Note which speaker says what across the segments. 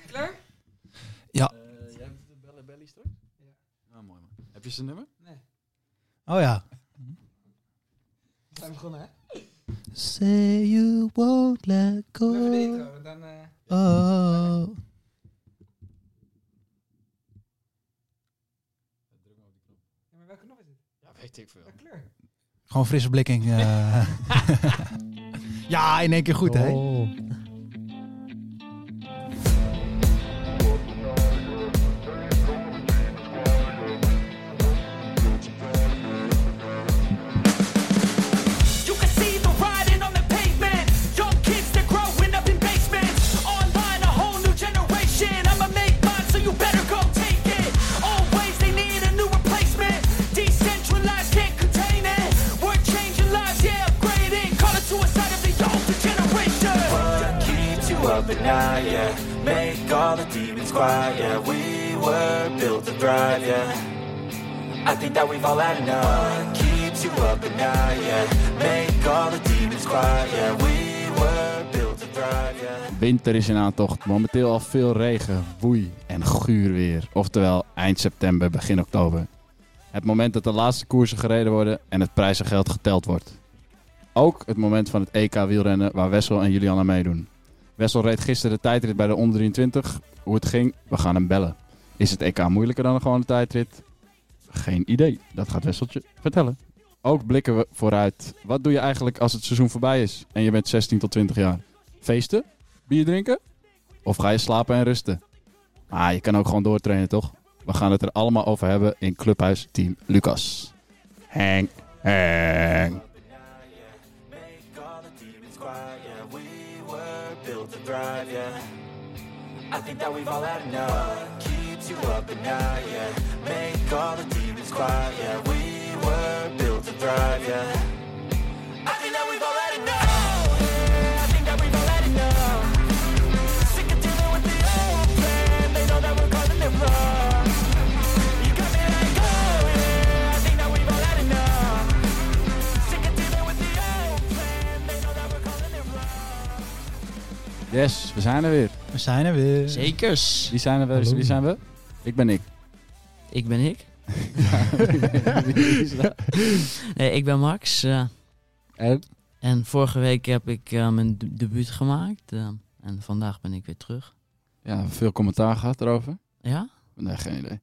Speaker 1: Eh, straks?
Speaker 2: Ja.
Speaker 1: Nou, mooi man. Heb je zijn nummer?
Speaker 2: Nee.
Speaker 3: Oh ja.
Speaker 2: We zijn begonnen, hè?
Speaker 3: Say you won't let go.
Speaker 2: Doe even de intro. Dan, eh,
Speaker 3: Oh.
Speaker 1: Druk maar op die knop.
Speaker 2: ja, maar welke knop is het?
Speaker 1: Ja, weet ik veel.
Speaker 2: Welke kleur?
Speaker 3: Gewoon frisse blikking. eh. ja, in één keer goed, hè?
Speaker 4: Oh.
Speaker 5: You can see the riding on the pavement. Young kids that growing up in basements. Online, a whole new generation. I'ma make mine, so you better go take it. Always they need a new replacement. Decentralized, can't contain it. We're changing lives, yeah, upgrading. Call it suicide of the older generation.
Speaker 6: What keeps you up at night, yeah? Make all the demons quiet, yeah. We were built to thrive, yeah. I think that we've all had enough. What keeps you up at night, yeah? Make all the demons quiet, yeah. We were built to thrive, yeah.
Speaker 1: Winter is in aantocht. Momenteel al veel regen, woei en guur weer. Oftewel eind september, begin oktober. Het moment dat de laatste koersen gereden worden en het prijzengeld geteld wordt. Ook het moment van het EK wielrennen waar Wessel en Julian aan meedoen. Wessel reed gisteren de tijdrit bij de onder 23. Hoe het ging, we gaan hem bellen. Is het EK moeilijker dan een gewone tijdrit? Geen idee, dat gaat Wesseltje vertellen. Ook blikken we vooruit. Wat doe je eigenlijk als het seizoen voorbij is en je bent 16 tot 20 jaar? Feesten? bier drinken? Of ga je slapen en rusten? Ah, je kan ook gewoon doortrainen, toch? We gaan het er allemaal over hebben in Clubhuis Team Lucas. Hang, hang.
Speaker 6: Make all the demons quiet, yeah. We were built to thrive, yeah. I think that we've all had enough. What keeps you up at night, yeah. Make all the demons quiet, yeah. We were built to thrive, yeah.
Speaker 5: I think that we've all had enough. Yeah, I think that we've all had enough. Sick of dealing with the old plan. They know that we're causing them wrong. You got me like, oh yeah. I think that we've all had enough. Sick of dealing with the old plan. They know that we're causing them wrong.
Speaker 1: Yes, we zijn er weer.
Speaker 3: We zijn er weer.
Speaker 7: Zekers.
Speaker 1: Wie zijn, er,
Speaker 3: Hallo.
Speaker 1: wie zijn we? Ik ben ik.
Speaker 7: Ik ben ik.
Speaker 1: Wie is dat?
Speaker 7: Nee, ik ben Max. eh,
Speaker 1: en?
Speaker 7: en vorige week heb ik eh, mijn de- debuut gemaakt. eh, en vandaag ben ik weer terug.
Speaker 1: Ja, veel commentaar gehad erover.
Speaker 7: Ja?
Speaker 1: Nee, geen idee.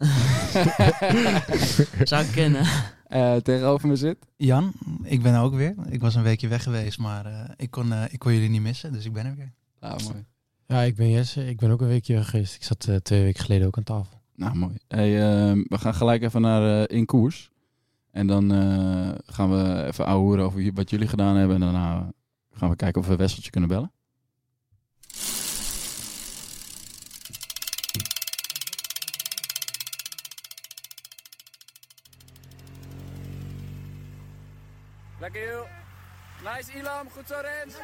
Speaker 7: Zou ik kennen.
Speaker 1: Eh, tegenover me zit.
Speaker 3: Jan, ik ben er ook weer. Ik was een weekje weg geweest, maar eh, ik, kon, eh, ik kon jullie niet missen, dus ik ben er weer.
Speaker 1: Ah, mooi.
Speaker 4: Ja, ik ben Jesse. Ik ben ook een weekje weg geweest. Ik zat eh, twee weken geleden ook aan tafel.
Speaker 1: Nou, mooi. Hey, ehm, we gaan gelijk even naar eh, In Koers. En dan eh, gaan we even ouwehoeren over ju- wat jullie gedaan hebben. En daarna gaan we kijken of we Wesseltje kunnen bellen.
Speaker 5: Lekker joh. Nice Ilam, goed zo Rens.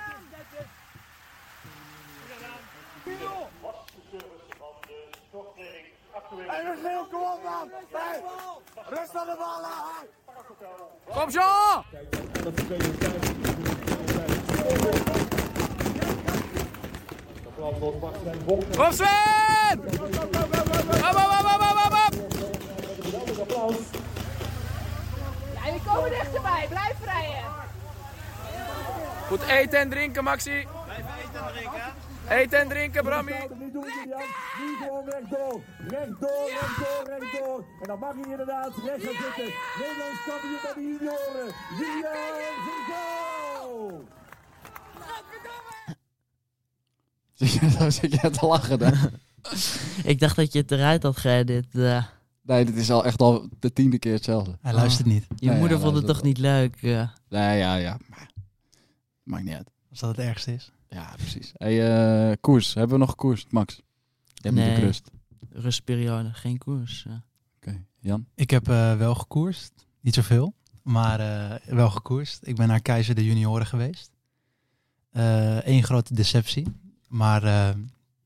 Speaker 5: Kom Jean! Kom Sven! Op, op, op, op, op, op!
Speaker 8: Ja, jullie komen dichterbij. Blijf rijden.
Speaker 5: Goed eten en drinken, Maxi. Blijf eten en drinken. Eten en drinken, Brammy.
Speaker 9: Nu doen we Julian. Nu gewoon rechtdoor. Rechtdoor, rechtdoor, rechtdoor. En dan mag hij inderdaad recht gaan zitten. Nederlands kampioen bij de junioren. Julian Vergaal.
Speaker 1: Daar zit jij te lachen, hè?
Speaker 7: Ik dacht dat je het eruit had geëdit. eh.
Speaker 1: Nee, dit is al echt al de tiende keer hetzelfde.
Speaker 3: Hij luistert niet.
Speaker 7: je
Speaker 1: Nou ja,
Speaker 7: moeder vond
Speaker 1: dat
Speaker 7: het
Speaker 1: is
Speaker 7: toch
Speaker 1: wel-
Speaker 7: niet leuk? eh.
Speaker 1: Nee, ja, ja. Maar... Maakt niet uit.
Speaker 3: Als dat het ergste is.
Speaker 1: Ja, precies. Hey, eh, koers. Hebben we nog koers, Max? Je hebt
Speaker 7: Nee.
Speaker 1: natuurlijk rust.
Speaker 7: rustperiode, geen koers. eh.
Speaker 1: Oké, Jan?
Speaker 3: Ik heb eh, wel gekoerst. Niet zoveel, maar eh, wel gekoerst. Ik ben naar Keizer de Junioren geweest. Eén grote deceptie, maar eh,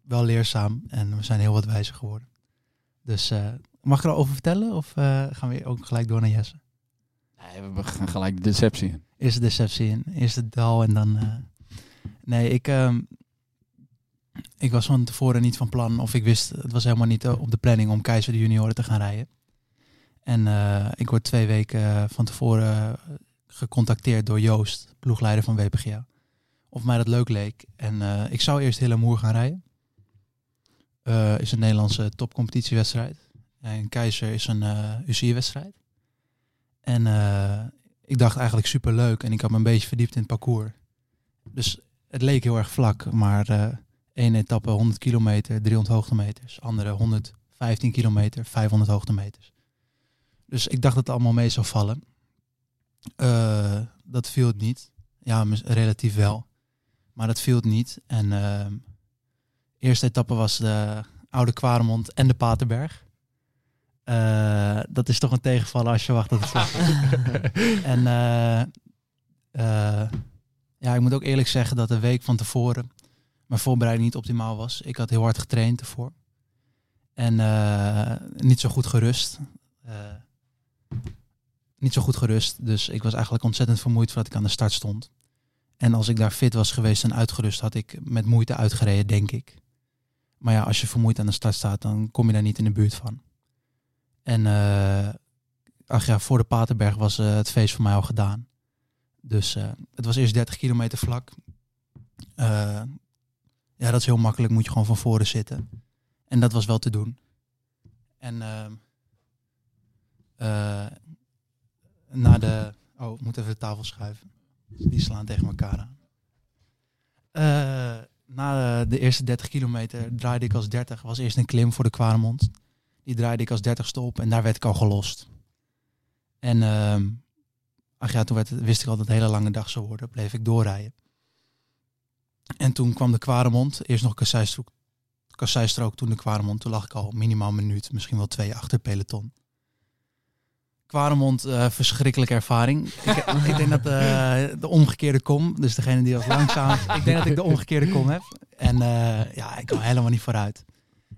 Speaker 3: wel leerzaam en we zijn heel wat wijzer geworden. Dus eh, mag ik er al over vertellen of eh, gaan we ook gelijk door naar Jesse?
Speaker 1: Nee, we gaan gelijk de deceptie in.
Speaker 3: Eerst de deceptie in, eerst het dal en dan... eh, Nee, ik, ehm, Ik was van tevoren niet van plan, of ik wist, het was helemaal niet eh, op de planning om Keizer de Junioren te gaan rijden. En eh, ik word twee weken eh, van tevoren gecontacteerd door Joost, ploegleider van WPGA. Of mij dat leuk leek. En eh, ik zou eerst Hillemoer gaan rijden. Eh, is een Nederlandse topcompetitiewedstrijd. En Keizer is een eh UCI-wedstrijd. En eh, ik dacht eigenlijk superleuk. En ik had me een beetje verdiept in het parcours. Dus het leek heel erg vlak. Maar eh één etappe 100 kilometer, 300 hoogtemeters. Andere 115 kilometer, 500 hoogtemeters. Dus ik dacht dat het allemaal mee zou vallen. Eh, dat viel het niet. Ja, mis- relatief wel. Maar dat viel het niet. En ehm, eerste etappe was de Oude Kwaremond en de Paterberg. Eh, dat is toch een tegenvaller als je wacht dat het vlak is. en eh, eh, ja, ik moet ook eerlijk zeggen dat de week van tevoren mijn voorbereiding niet optimaal was. Ik had heel hard getraind ervoor. En eh, niet zo goed gerust. Eh, niet zo goed gerust. Dus ik was eigenlijk ontzettend vermoeid voordat ik aan de start stond. En als ik daar fit was geweest en uitgerust, had ik met moeite uitgereden, denk ik. Maar ja, als je vermoeid aan de start staat, dan kom je daar niet in de buurt van. En eh, ach ja, voor de Paterberg was eh, het feest voor mij al gedaan. Dus eh, het was eerst 30 kilometer vlak. Eh, ja, dat is heel makkelijk. Moet je gewoon van voren zitten. En dat was wel te doen. En ehm, eh, na de... Oh, ik moet even de tafel schuiven. Die slaan tegen elkaar aan. Eh, na eh, de eerste 30 kilometer draaide ik als 30. was eerst een klim voor de Kwaremond. Die draaide ik als 30ste op en daar werd ik al gelost. En ehm, ach ja, toen werd, het- wist ik al dat het een hele lange dag zou worden. Bleef ik doorrijden. En toen kwam de Kwaremond. Eerst nog kasseistrook, kasseistrook, toen de Kwaremond. Toen lag ik al minimaal een minuut, misschien wel twee achter peloton. Kwaremond, eh, verschrikkelijke ervaring. ik, ik denk dat eh, de omgekeerde kom, dus degene die als langzaam... ik denk dat ik de omgekeerde kom heb. En eh, ja, ik kwam helemaal niet vooruit.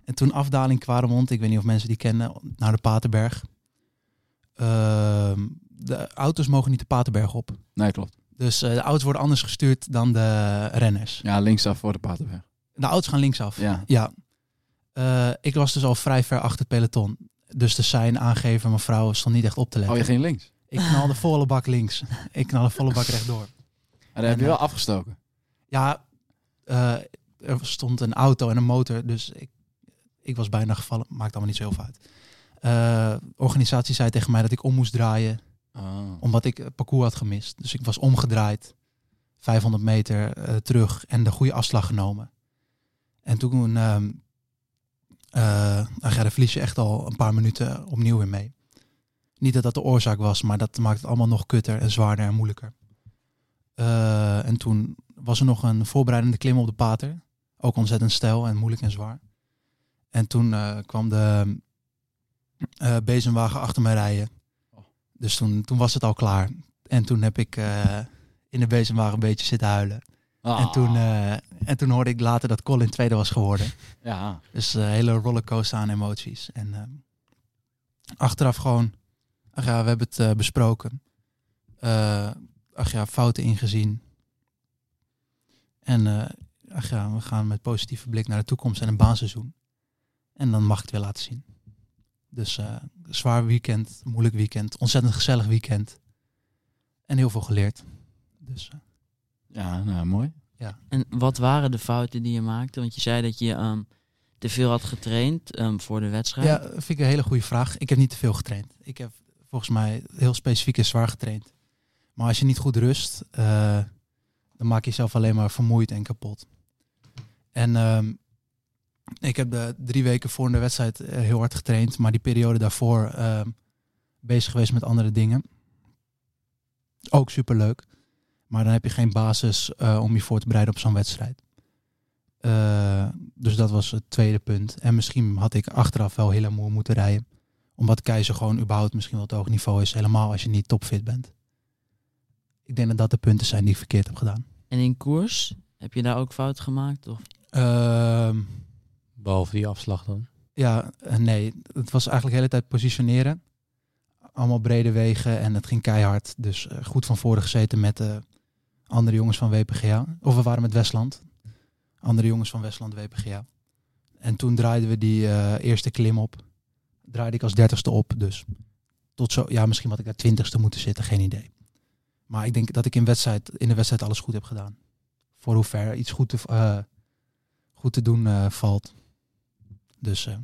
Speaker 3: En toen afdaling Kwaremond, ik weet niet of mensen die kennen, naar de Paterberg. Ehm, de auto's mogen niet de Paterberg op.
Speaker 1: Nee, klopt.
Speaker 3: Dus eh, de auto's worden anders gestuurd dan de renners.
Speaker 1: Ja, linksaf voor de Paterberg.
Speaker 3: De auto's gaan linksaf.
Speaker 1: Ja.
Speaker 3: Ja. Eh, ik was dus al vrij ver achter het peloton. Dus de sein aangeven, mevrouw, stond niet echt op te letten.
Speaker 1: Oh, je ging links.
Speaker 3: Ik knalde volle bak links. Ik knalde volle bak rechtdoor.
Speaker 1: Maar daar heb je
Speaker 3: En,
Speaker 1: wel afgestoken.
Speaker 3: Ja, eh, er stond een auto en een motor, dus ik, ik was bijna gevallen. Maakt allemaal niet zo heel veel uit. Eh, organisatie zei tegen mij dat ik om moest draaien.
Speaker 1: Oh.
Speaker 3: omdat ik het parcours had gemist. Dus ik was omgedraaid, 500 meter eh, terug en de goede afslag genomen. En toen ehm eh, nou ja, daar verlies je echt al een paar minuten opnieuw weer mee. Niet dat dat de oorzaak was, maar dat maakt het allemaal nog kutter en zwaarder en moeilijker. Eh, en toen was er nog een voorbereidende klim op de pater. Ook ontzettend stijl en moeilijk en zwaar. En toen eh, kwam de eh, bezemwagen achter mij rijden. Dus toen, toen was het al klaar. En toen heb ik eh, in de bezemwagen een beetje zitten huilen.
Speaker 1: Ah.
Speaker 3: En, toen, eh, en toen hoorde ik later dat Colin tweede was geworden.
Speaker 1: Ja,
Speaker 3: Dus een hele rollercoaster aan emoties. En ehm, achteraf gewoon, ach ja, we hebben het eh, besproken. Eh, ach ja, fouten ingezien. En eh, ach ja, we gaan met positieve blik naar de toekomst en een baanseizoen. En dan mag ik het weer laten zien. Dus eh, zwaar weekend, moeilijk weekend, ontzettend gezellig weekend. En heel veel geleerd. Dus eh,
Speaker 1: ja nou, mooi.
Speaker 7: En wat waren de fouten die je maakte? Want je zei dat je ehm, te veel had getraind ehm, voor de wedstrijd.
Speaker 3: Ja, vind ik een hele goede vraag. Ik heb niet te veel getraind. Ik heb volgens mij heel specifiek en zwaar getraind. Maar als je niet goed rust, eh, dan maak je jezelf alleen maar vermoeid en kapot. En ehm, ik heb de drie weken voor de wedstrijd eh, heel hard getraind, maar die periode daarvoor ehm, bezig geweest met andere dingen. Ook superleuk. Maar dan heb je geen basis eh, om je voor te bereiden op zo'n wedstrijd. Eh, dus dat was het tweede punt. En misschien had ik achteraf wel heel moe moeten rijden. Omdat Keizer gewoon überhaupt misschien wel het hoog niveau is. Helemaal als je niet topfit bent. Ik denk dat dat de punten zijn die ik verkeerd heb gedaan.
Speaker 7: En in koers, heb je daar ook fout gemaakt? Of?
Speaker 3: Ehm,
Speaker 4: Behalve die afslag dan.
Speaker 3: ja, eh, nee. Het was eigenlijk de hele tijd positioneren. Allemaal brede wegen en het ging keihard. Dus eh, goed van voren gezeten met de andere jongens van WPGA. Of we waren met Westland. Andere jongens van Westland WPGA. En toen draaiden we die eh, eerste klim op. Draaide ik als dertigste op, dus. Tot zo, ja, misschien had ik daar twintigste moeten zitten, geen idee. Maar ik denk dat ik in, wedstrijd, in de wedstrijd alles goed heb gedaan. Voor hoever iets goed te, eh, goed te doen eh, valt. Dus eh,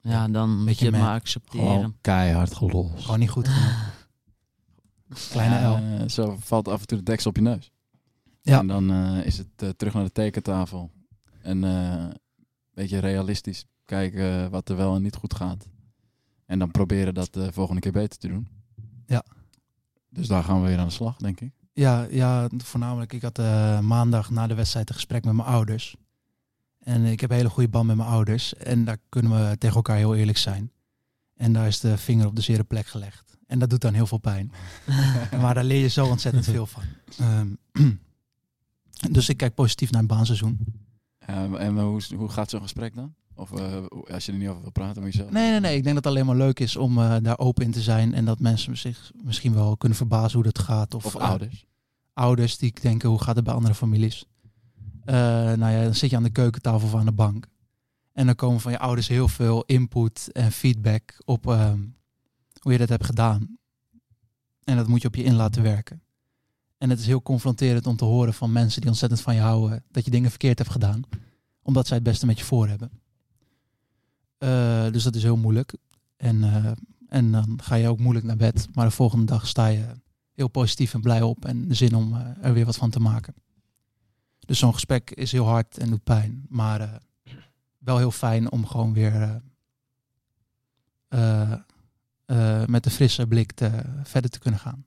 Speaker 7: Ja, dan moet
Speaker 3: Beetje
Speaker 7: je het
Speaker 3: meh.
Speaker 7: maar accepteren.
Speaker 1: keihard gelos.
Speaker 3: gewoon niet goed genoeg. Kleine L.
Speaker 1: Eh, zo valt af en toe de deksel op je neus.
Speaker 3: Ja.
Speaker 1: En dan eh, is het eh, terug naar de tekentafel. En eh, een beetje realistisch kijken eh, wat er wel en niet goed gaat. En dan proberen dat de volgende keer beter te doen.
Speaker 3: Ja.
Speaker 1: Dus daar gaan we weer aan de slag, denk ik.
Speaker 3: Ja, ja, voornamelijk. Ik had eh, maandag na de wedstrijd een gesprek met mijn ouders. En ik heb een hele goede band met mijn ouders. En daar kunnen we tegen elkaar heel eerlijk zijn. En daar is de vinger op de zere plek gelegd. En dat doet dan heel veel pijn. maar daar leer je zo ontzettend veel van. Ehm, dus ik kijk positief naar het baanseizoen.
Speaker 1: Eh, en hoe, is- hoe gaat zo'n gesprek dan? Of eh, hoe- als je er niet over wil praten met jezelf?
Speaker 3: Nee, nee, nee. Ik denk dat het alleen maar leuk is om eh, daar open in te zijn. En dat mensen zich misschien wel kunnen verbazen hoe dat gaat. Of,
Speaker 1: Of
Speaker 3: eh,
Speaker 1: ouders?
Speaker 3: ouders die denken, hoe gaat het bij andere families? Eh, nou ja, dan zit je aan de keukentafel of aan de bank. En dan komen van je ouders heel veel input en feedback op ehm, hoe je dat hebt gedaan. En dat moet je op je in laten werken. En het is heel confronterend om te horen van mensen die ontzettend van je houden dat je dingen verkeerd hebt gedaan. Omdat zij het beste met je voor hebben. Eh, dus dat is heel moeilijk. En, eh, en dan ga je ook moeilijk naar bed. Maar de volgende dag sta je heel positief en blij op en de zin om eh, er weer wat van te maken. Dus zo'n gesprek is heel hard en doet pijn, maar eh, wel heel fijn om gewoon weer eh, eh, eh, met een frisse blik te, verder te kunnen gaan.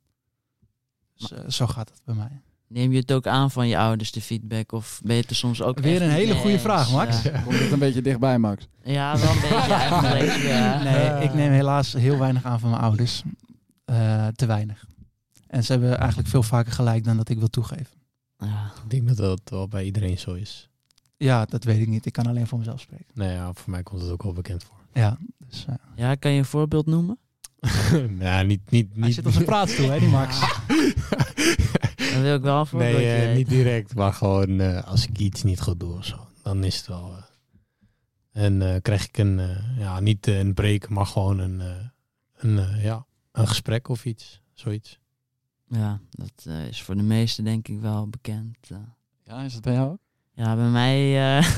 Speaker 3: Dus, eh, zo gaat het bij mij.
Speaker 7: Neem je het ook aan van je ouders, de feedback? Of ben je het er soms ook
Speaker 3: Weer
Speaker 7: echt
Speaker 3: een
Speaker 7: niet
Speaker 3: hele
Speaker 7: mee
Speaker 3: goede
Speaker 7: eens?
Speaker 3: vraag, Max.
Speaker 7: Ja,
Speaker 1: Komt dit een beetje dichtbij, Max?
Speaker 7: Ja, wel een beetje eigenlijk. ja.
Speaker 3: Nee, ik neem helaas heel weinig aan van mijn ouders. Eh, te weinig. En ze hebben eigenlijk veel vaker gelijk dan dat ik wil toegeven.
Speaker 7: Ja.
Speaker 4: Ik denk dat dat wel bij iedereen zo is.
Speaker 3: Ja, dat weet ik niet. Ik kan alleen voor mezelf spreken.
Speaker 4: Nou ja, voor mij komt het ook wel bekend voor.
Speaker 3: Ja, dus, eh,
Speaker 7: Ja, kan je een voorbeeld noemen?
Speaker 4: ja, niet, niet, niet.
Speaker 3: hij zit op zijn praatstoel, hè, die Max.
Speaker 7: Dan wil ik wel een voorbeeld.
Speaker 4: nee, eh, niet direct, maar gewoon eh, als ik iets niet goed doe of zo, dan is het wel. eh, en eh, krijg ik een, eh, ja, niet eh, een break, maar gewoon een, eh, een, eh, ja, een gesprek of iets, zoiets.
Speaker 7: Ja, dat eh, is voor de meesten denk ik wel bekend. eh.
Speaker 1: Ja, is dat bij jou ook?
Speaker 7: Ja, bij mij... eh,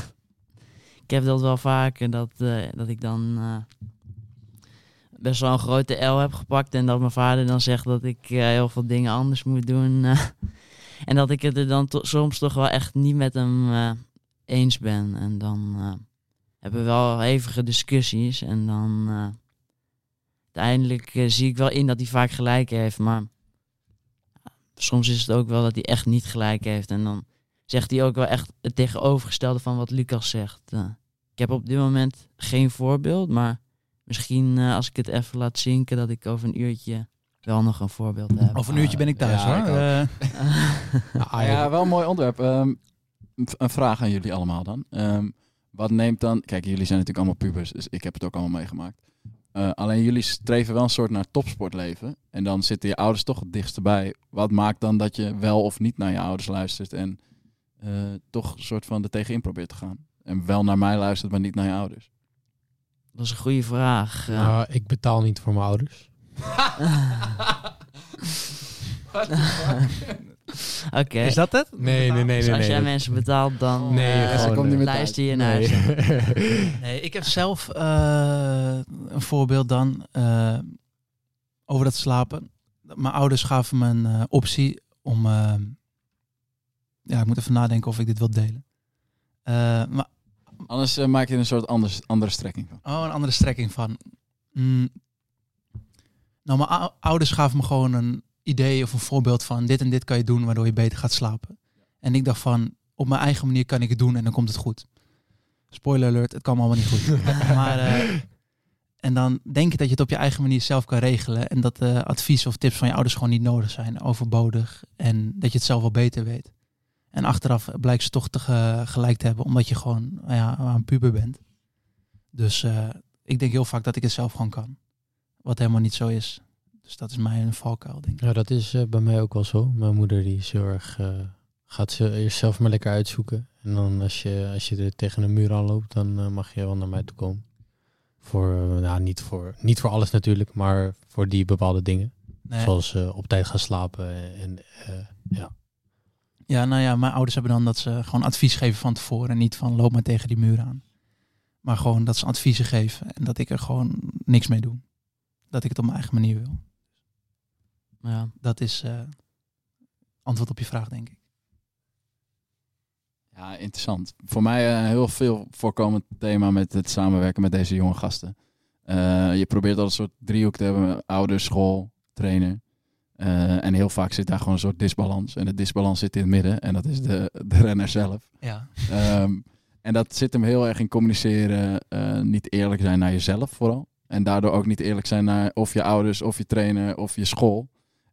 Speaker 7: ik heb dat wel vaker, dat, eh, dat ik dan eh, best wel een grote L heb gepakt. En dat mijn vader dan zegt dat ik eh, heel veel dingen anders moet doen. eh. en dat ik het er dan to- soms toch wel echt niet met hem eh, eens ben. En dan eh, hebben we wel hevige discussies. En dan eh, uiteindelijk eh, zie ik wel in dat hij vaak gelijk heeft. Maar eh, soms is het ook wel dat hij echt niet gelijk heeft. En dan zegt hij ook wel echt het tegenovergestelde van wat Lucas zegt. Eh, ik heb op dit moment geen voorbeeld, maar misschien eh, als ik het even laat zinken, dat ik over een uurtje wel nog een voorbeeld heb.
Speaker 3: Over een uurtje ben Eh, ik thuis
Speaker 1: Ja, ik
Speaker 3: hoor. Eh,
Speaker 4: Ah,
Speaker 1: ja, wel een mooi onderwerp. Ehm, een v- een vraag aan jullie allemaal dan. Ehm, wat neemt dan... Kijk, jullie zijn natuurlijk allemaal pubers, dus ik heb het ook allemaal meegemaakt. Eh, alleen jullie streven wel een soort naar topsportleven. En dan zitten je ouders toch het dichtst bij. Wat maakt dan dat je wel of niet naar je ouders luistert en eh, toch een soort van er tegenin probeert te gaan? En wel naar mij luistert, maar niet naar je ouders.
Speaker 7: Dat is een goede vraag. eh.
Speaker 4: Nou, ik betaal niet voor mijn ouders.
Speaker 7: Oké.
Speaker 3: Is dat het?
Speaker 4: Nee, nee, nee,
Speaker 7: Dus
Speaker 4: nee.
Speaker 7: als
Speaker 4: nee,
Speaker 7: jij
Speaker 4: nee.
Speaker 7: mensen betaalt, dan
Speaker 4: Nee,
Speaker 7: eh,
Speaker 4: gewoon,
Speaker 1: ze komt niet meer thuis.
Speaker 7: luister je naar
Speaker 4: Nee.
Speaker 7: ze.
Speaker 3: Nee, ik heb zelf eh, een voorbeeld dan eh, over dat slapen. Mijn ouders gaven me een eh, optie om. eh, ja, ik moet even nadenken of ik dit wil delen. Eh, maar,
Speaker 1: Anders eh, maak je er een soort anders, andere strekking van.
Speaker 3: oh, een andere strekking van. Mm. Nou, mijn ou- ouders gaven me gewoon een idee of een voorbeeld van dit en dit kan je doen waardoor je beter gaat slapen. En ik dacht van, op mijn eigen manier kan ik het doen en dan komt het goed. Spoiler alert, het kwam allemaal niet goed. maar, eh, en dan denk je dat je het op je eigen manier zelf kan regelen. En dat eh advies of tips van je ouders gewoon niet nodig zijn, overbodig. En dat je het zelf wel beter weet. En achteraf blijkt ze toch te ge- gelijk te hebben, omdat je gewoon nou ja, een puber bent. Dus eh, ik denk heel vaak dat ik het zelf gewoon kan. Wat helemaal niet zo is. Dus dat is mij een valkuil, denk ik.
Speaker 4: Ja, dat is eh, bij mij ook wel zo. Mijn moeder die is heel erg, eh, gaat ze eerst zelf maar lekker uitzoeken. En dan als je, als je er tegen een muur aan loopt, dan eh, mag je wel naar mij toe komen. Voor, eh, nou, niet, voor, niet voor alles natuurlijk, maar voor die bepaalde dingen.
Speaker 3: Nee.
Speaker 4: Zoals eh, op tijd gaan slapen en eh,
Speaker 3: Ja, nou ja, mijn ouders hebben dan dat ze gewoon advies geven van tevoren. En niet van loop maar tegen die muur aan. Maar gewoon dat ze adviezen geven en dat ik er gewoon niks mee doe. Dat ik het op mijn eigen manier wil.
Speaker 7: Ja.
Speaker 3: Dat is eh, antwoord op je vraag, denk ik.
Speaker 1: Ja, interessant. Voor mij een heel veel voorkomend thema met het samenwerken met deze jonge gasten. Eh, je probeert al een soort driehoek te hebben: ouder, school, trainer. Eh, en heel vaak zit daar gewoon een soort disbalans. En de disbalans zit in het midden en dat is de, de renner zelf.
Speaker 3: Ja.
Speaker 1: Ehm, en dat zit hem heel erg in communiceren, eh, niet eerlijk zijn naar jezelf vooral. En daardoor ook niet eerlijk zijn naar of je ouders, of je trainer, of je school.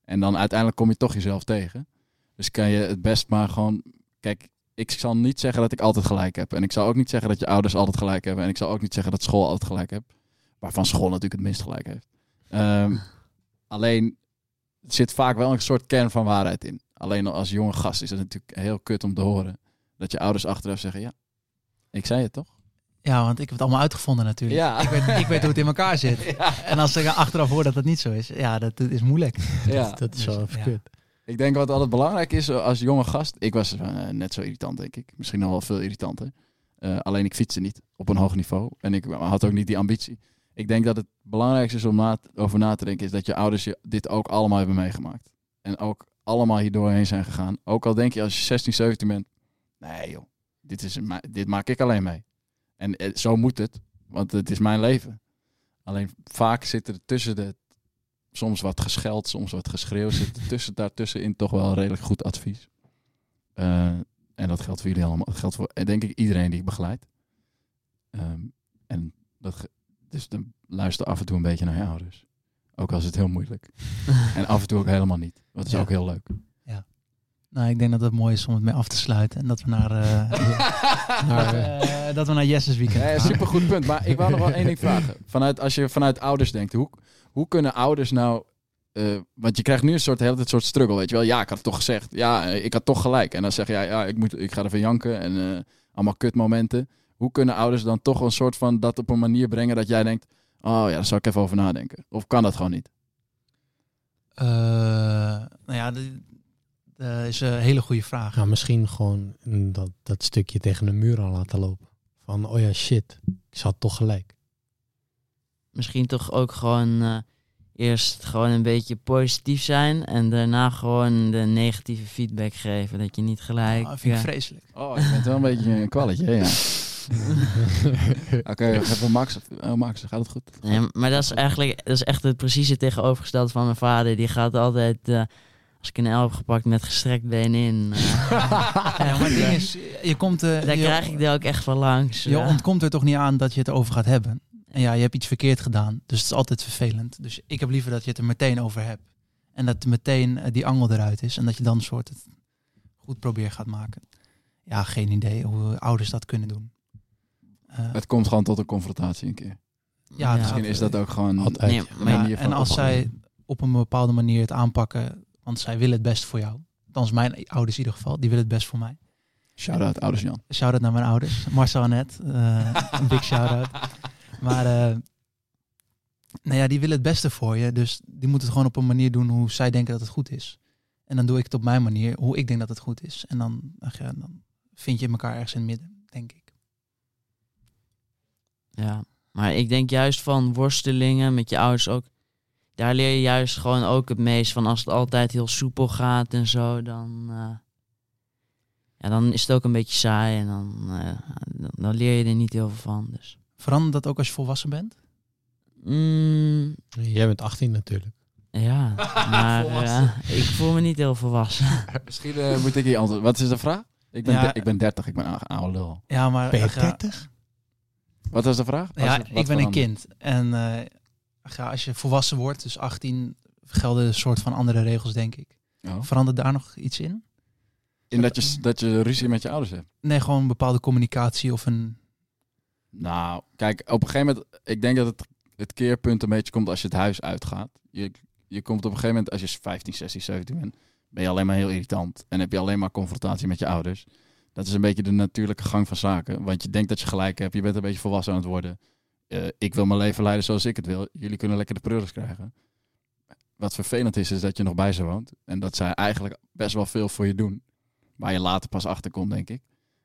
Speaker 1: En dan uiteindelijk kom je toch jezelf tegen. Dus kan je het best maar gewoon... Kijk, ik zal niet zeggen dat ik altijd gelijk heb. En ik zal ook niet zeggen dat je ouders altijd gelijk hebben. En ik zal ook niet zeggen dat school altijd gelijk heeft. Waarvan school natuurlijk het minst gelijk heeft. Ehm, alleen, er zit vaak wel een soort kern van waarheid in. Alleen als jonge gast is dat natuurlijk heel kut om te horen. Dat je ouders achteraf zeggen, ja, ik zei het toch?
Speaker 3: ja, want ik heb het allemaal uitgevonden natuurlijk.
Speaker 1: Ja.
Speaker 3: Ik, weet, ik weet hoe het in elkaar zit.
Speaker 1: Ja.
Speaker 3: En als ik achteraf hoor dat dat niet zo is, ja, dat, dat is moeilijk.
Speaker 1: ja.
Speaker 4: dat is
Speaker 3: Dus,
Speaker 4: wel even
Speaker 3: ja.
Speaker 4: kut.
Speaker 1: Ik denk wat altijd belangrijk is eh, als jonge gast. Ik was eh, net zo irritant, denk ik. Misschien nog wel veel irritanter. Eh, alleen ik fietste niet op een hoog niveau. En ik had ook niet die ambitie. Ik denk dat het belangrijkste is om na, over na te denken... is dat je ouders je dit ook allemaal hebben meegemaakt. En ook allemaal hier doorheen zijn gegaan. Ook al denk je als je 16, 17 bent... Nee joh, dit, is, ma- dit maak ik alleen mee. En eh, zo moet het, want het is mijn leven. Alleen vaak zit er tussen de soms wat gescheld, soms wat geschreeuw. Zit tussen, daartussenin toch wel redelijk goed advies. Eh, en dat geldt voor jullie allemaal. Dat geldt voor, eh, denk ik, iedereen die ik begeleid. Ehm, en dat ge- dus dan luister af en toe een beetje naar je ouders. Ook al is het heel moeilijk. en af en toe ook helemaal niet. Dat is
Speaker 3: Ja.
Speaker 1: ook heel leuk.
Speaker 3: Nou, ik denk dat het mooi is om het mee af te sluiten. En dat we naar, eh, naar, eh, dat we naar Jesses weekend
Speaker 1: Ja,
Speaker 3: gaan.
Speaker 1: super goed punt. Maar ik wou nog wel één ding vragen. Vanuit, als je vanuit ouders denkt, hoe, hoe kunnen ouders nou. eh, want je krijgt nu een soort hele tijd een soort struggle, weet je wel. Ja, ik had het toch gezegd. Ja, eh, ik had toch gelijk. En dan zeg je, ja, ja ik, moet, ik ga ervan janken en eh, allemaal kutmomenten. Hoe kunnen ouders dan toch een soort van dat op een manier brengen dat jij denkt, oh ja, daar zou ik even over nadenken. Of kan dat gewoon niet?
Speaker 3: Eh, nou ja, dat dat is een hele goede vraag. Ah,
Speaker 4: Ja, misschien gewoon mm, dat, dat stukje tegen de muur aan laten lopen. Van, oh ja, shit, ik zat toch gelijk.
Speaker 7: Misschien toch ook gewoon eh, eerst gewoon een beetje positief zijn. En daarna gewoon de negatieve feedback geven. Dat je niet gelijk...
Speaker 3: Ah, vind ik
Speaker 7: eh,
Speaker 3: vreselijk.
Speaker 1: Oh, je bent wel een beetje een kwalletje, hè, ja. Oké, even Max. Oh, Max, gaat het goed?
Speaker 7: Nee, maar dat is eigenlijk dat is echt het precieze tegenovergestelde van mijn vader. Die gaat altijd, eh, als ik een L heb gepakt, met gestrekt been in. Eh,
Speaker 3: Ja, maar het ding is, je komt... eh,
Speaker 7: daar
Speaker 3: je,
Speaker 7: krijg ik er ook echt van langs.
Speaker 3: Je
Speaker 7: ja.
Speaker 3: ontkomt er toch niet aan dat je het over gaat hebben. En ja, je hebt iets verkeerd gedaan. Dus het is altijd vervelend. Dus ik heb liever dat je het er meteen over hebt. En dat meteen eh, die angel eruit is. En dat je dan een soort het goed probeer gaat maken. Ja, geen idee hoe ouders dat kunnen doen. Eh,
Speaker 1: Het komt gewoon tot een confrontatie een keer.
Speaker 3: ja, het
Speaker 1: Misschien
Speaker 3: gaat-
Speaker 1: is dat ook gewoon...
Speaker 4: Altijd.
Speaker 7: Nee, maar
Speaker 1: manier
Speaker 3: Ja,
Speaker 1: van
Speaker 3: en als zij op een bepaalde manier het aanpakken, want zij willen het best voor jou. Althans, mijn ouders in ieder geval, die willen het best voor mij.
Speaker 1: Shout-out, ouders Jan.
Speaker 3: Shout-out naar mijn ouders. Marcel en Ned, eh, een big shout-out. Maar eh, nou ja, die willen het beste voor je. Dus die moeten het gewoon op een manier doen hoe zij denken dat het goed is. En dan doe ik het op mijn manier, hoe ik denk dat het goed is. En dan, ach ja, dan vind je elkaar ergens in het midden, denk ik.
Speaker 7: Ja, maar ik denk juist van worstelingen met je ouders ook. Daar leer je juist gewoon ook het meest van. Als het altijd heel soepel gaat en zo, dan, eh, ja, dan is het ook een beetje saai. En dan, eh, dan, dan leer je er niet heel veel van. Dus.
Speaker 3: Verandert dat ook als je volwassen bent?
Speaker 7: Mm,
Speaker 4: Jij bent 18 natuurlijk.
Speaker 7: ja, maar eh, ik voel me niet heel volwassen.
Speaker 1: Misschien eh, moet ik hier antwoord. Wat is de vraag? Ik ben,
Speaker 3: Ja.
Speaker 1: de- ik ben 30, ik ben een oude lul.
Speaker 3: Ja, maar...
Speaker 4: Ben je
Speaker 3: ach ja,
Speaker 4: 30?
Speaker 1: Wat was de vraag? Als
Speaker 3: Ja,
Speaker 1: je- wat
Speaker 3: ik ben een
Speaker 1: verandert?
Speaker 3: kind. En eh, ach ja, als je volwassen wordt, dus 18, gelden een soort van andere regels, denk ik.
Speaker 1: Oh.
Speaker 3: Verandert daar nog iets in?
Speaker 1: In dat je, s- dat je ruzie met je ouders hebt.
Speaker 3: Nee, gewoon bepaalde communicatie of een...
Speaker 1: Nou, kijk, op een gegeven moment... Ik denk dat het, het keerpunt een beetje komt als je het huis uitgaat. Je, je komt op een gegeven moment, als je 15, 16, 17 bent... ben je alleen maar heel irritant. En heb je alleen maar confrontatie met je ouders. Dat is een beetje de natuurlijke gang van zaken. Want je denkt dat je gelijk hebt, je bent een beetje volwassen aan het worden. Eh, ik wil mijn leven leiden zoals ik het wil. Jullie kunnen lekker de prulles krijgen. Wat vervelend is, is dat je nog bij ze woont. En dat zij eigenlijk best wel veel voor je doen. Waar je later pas achter komt, denk ik.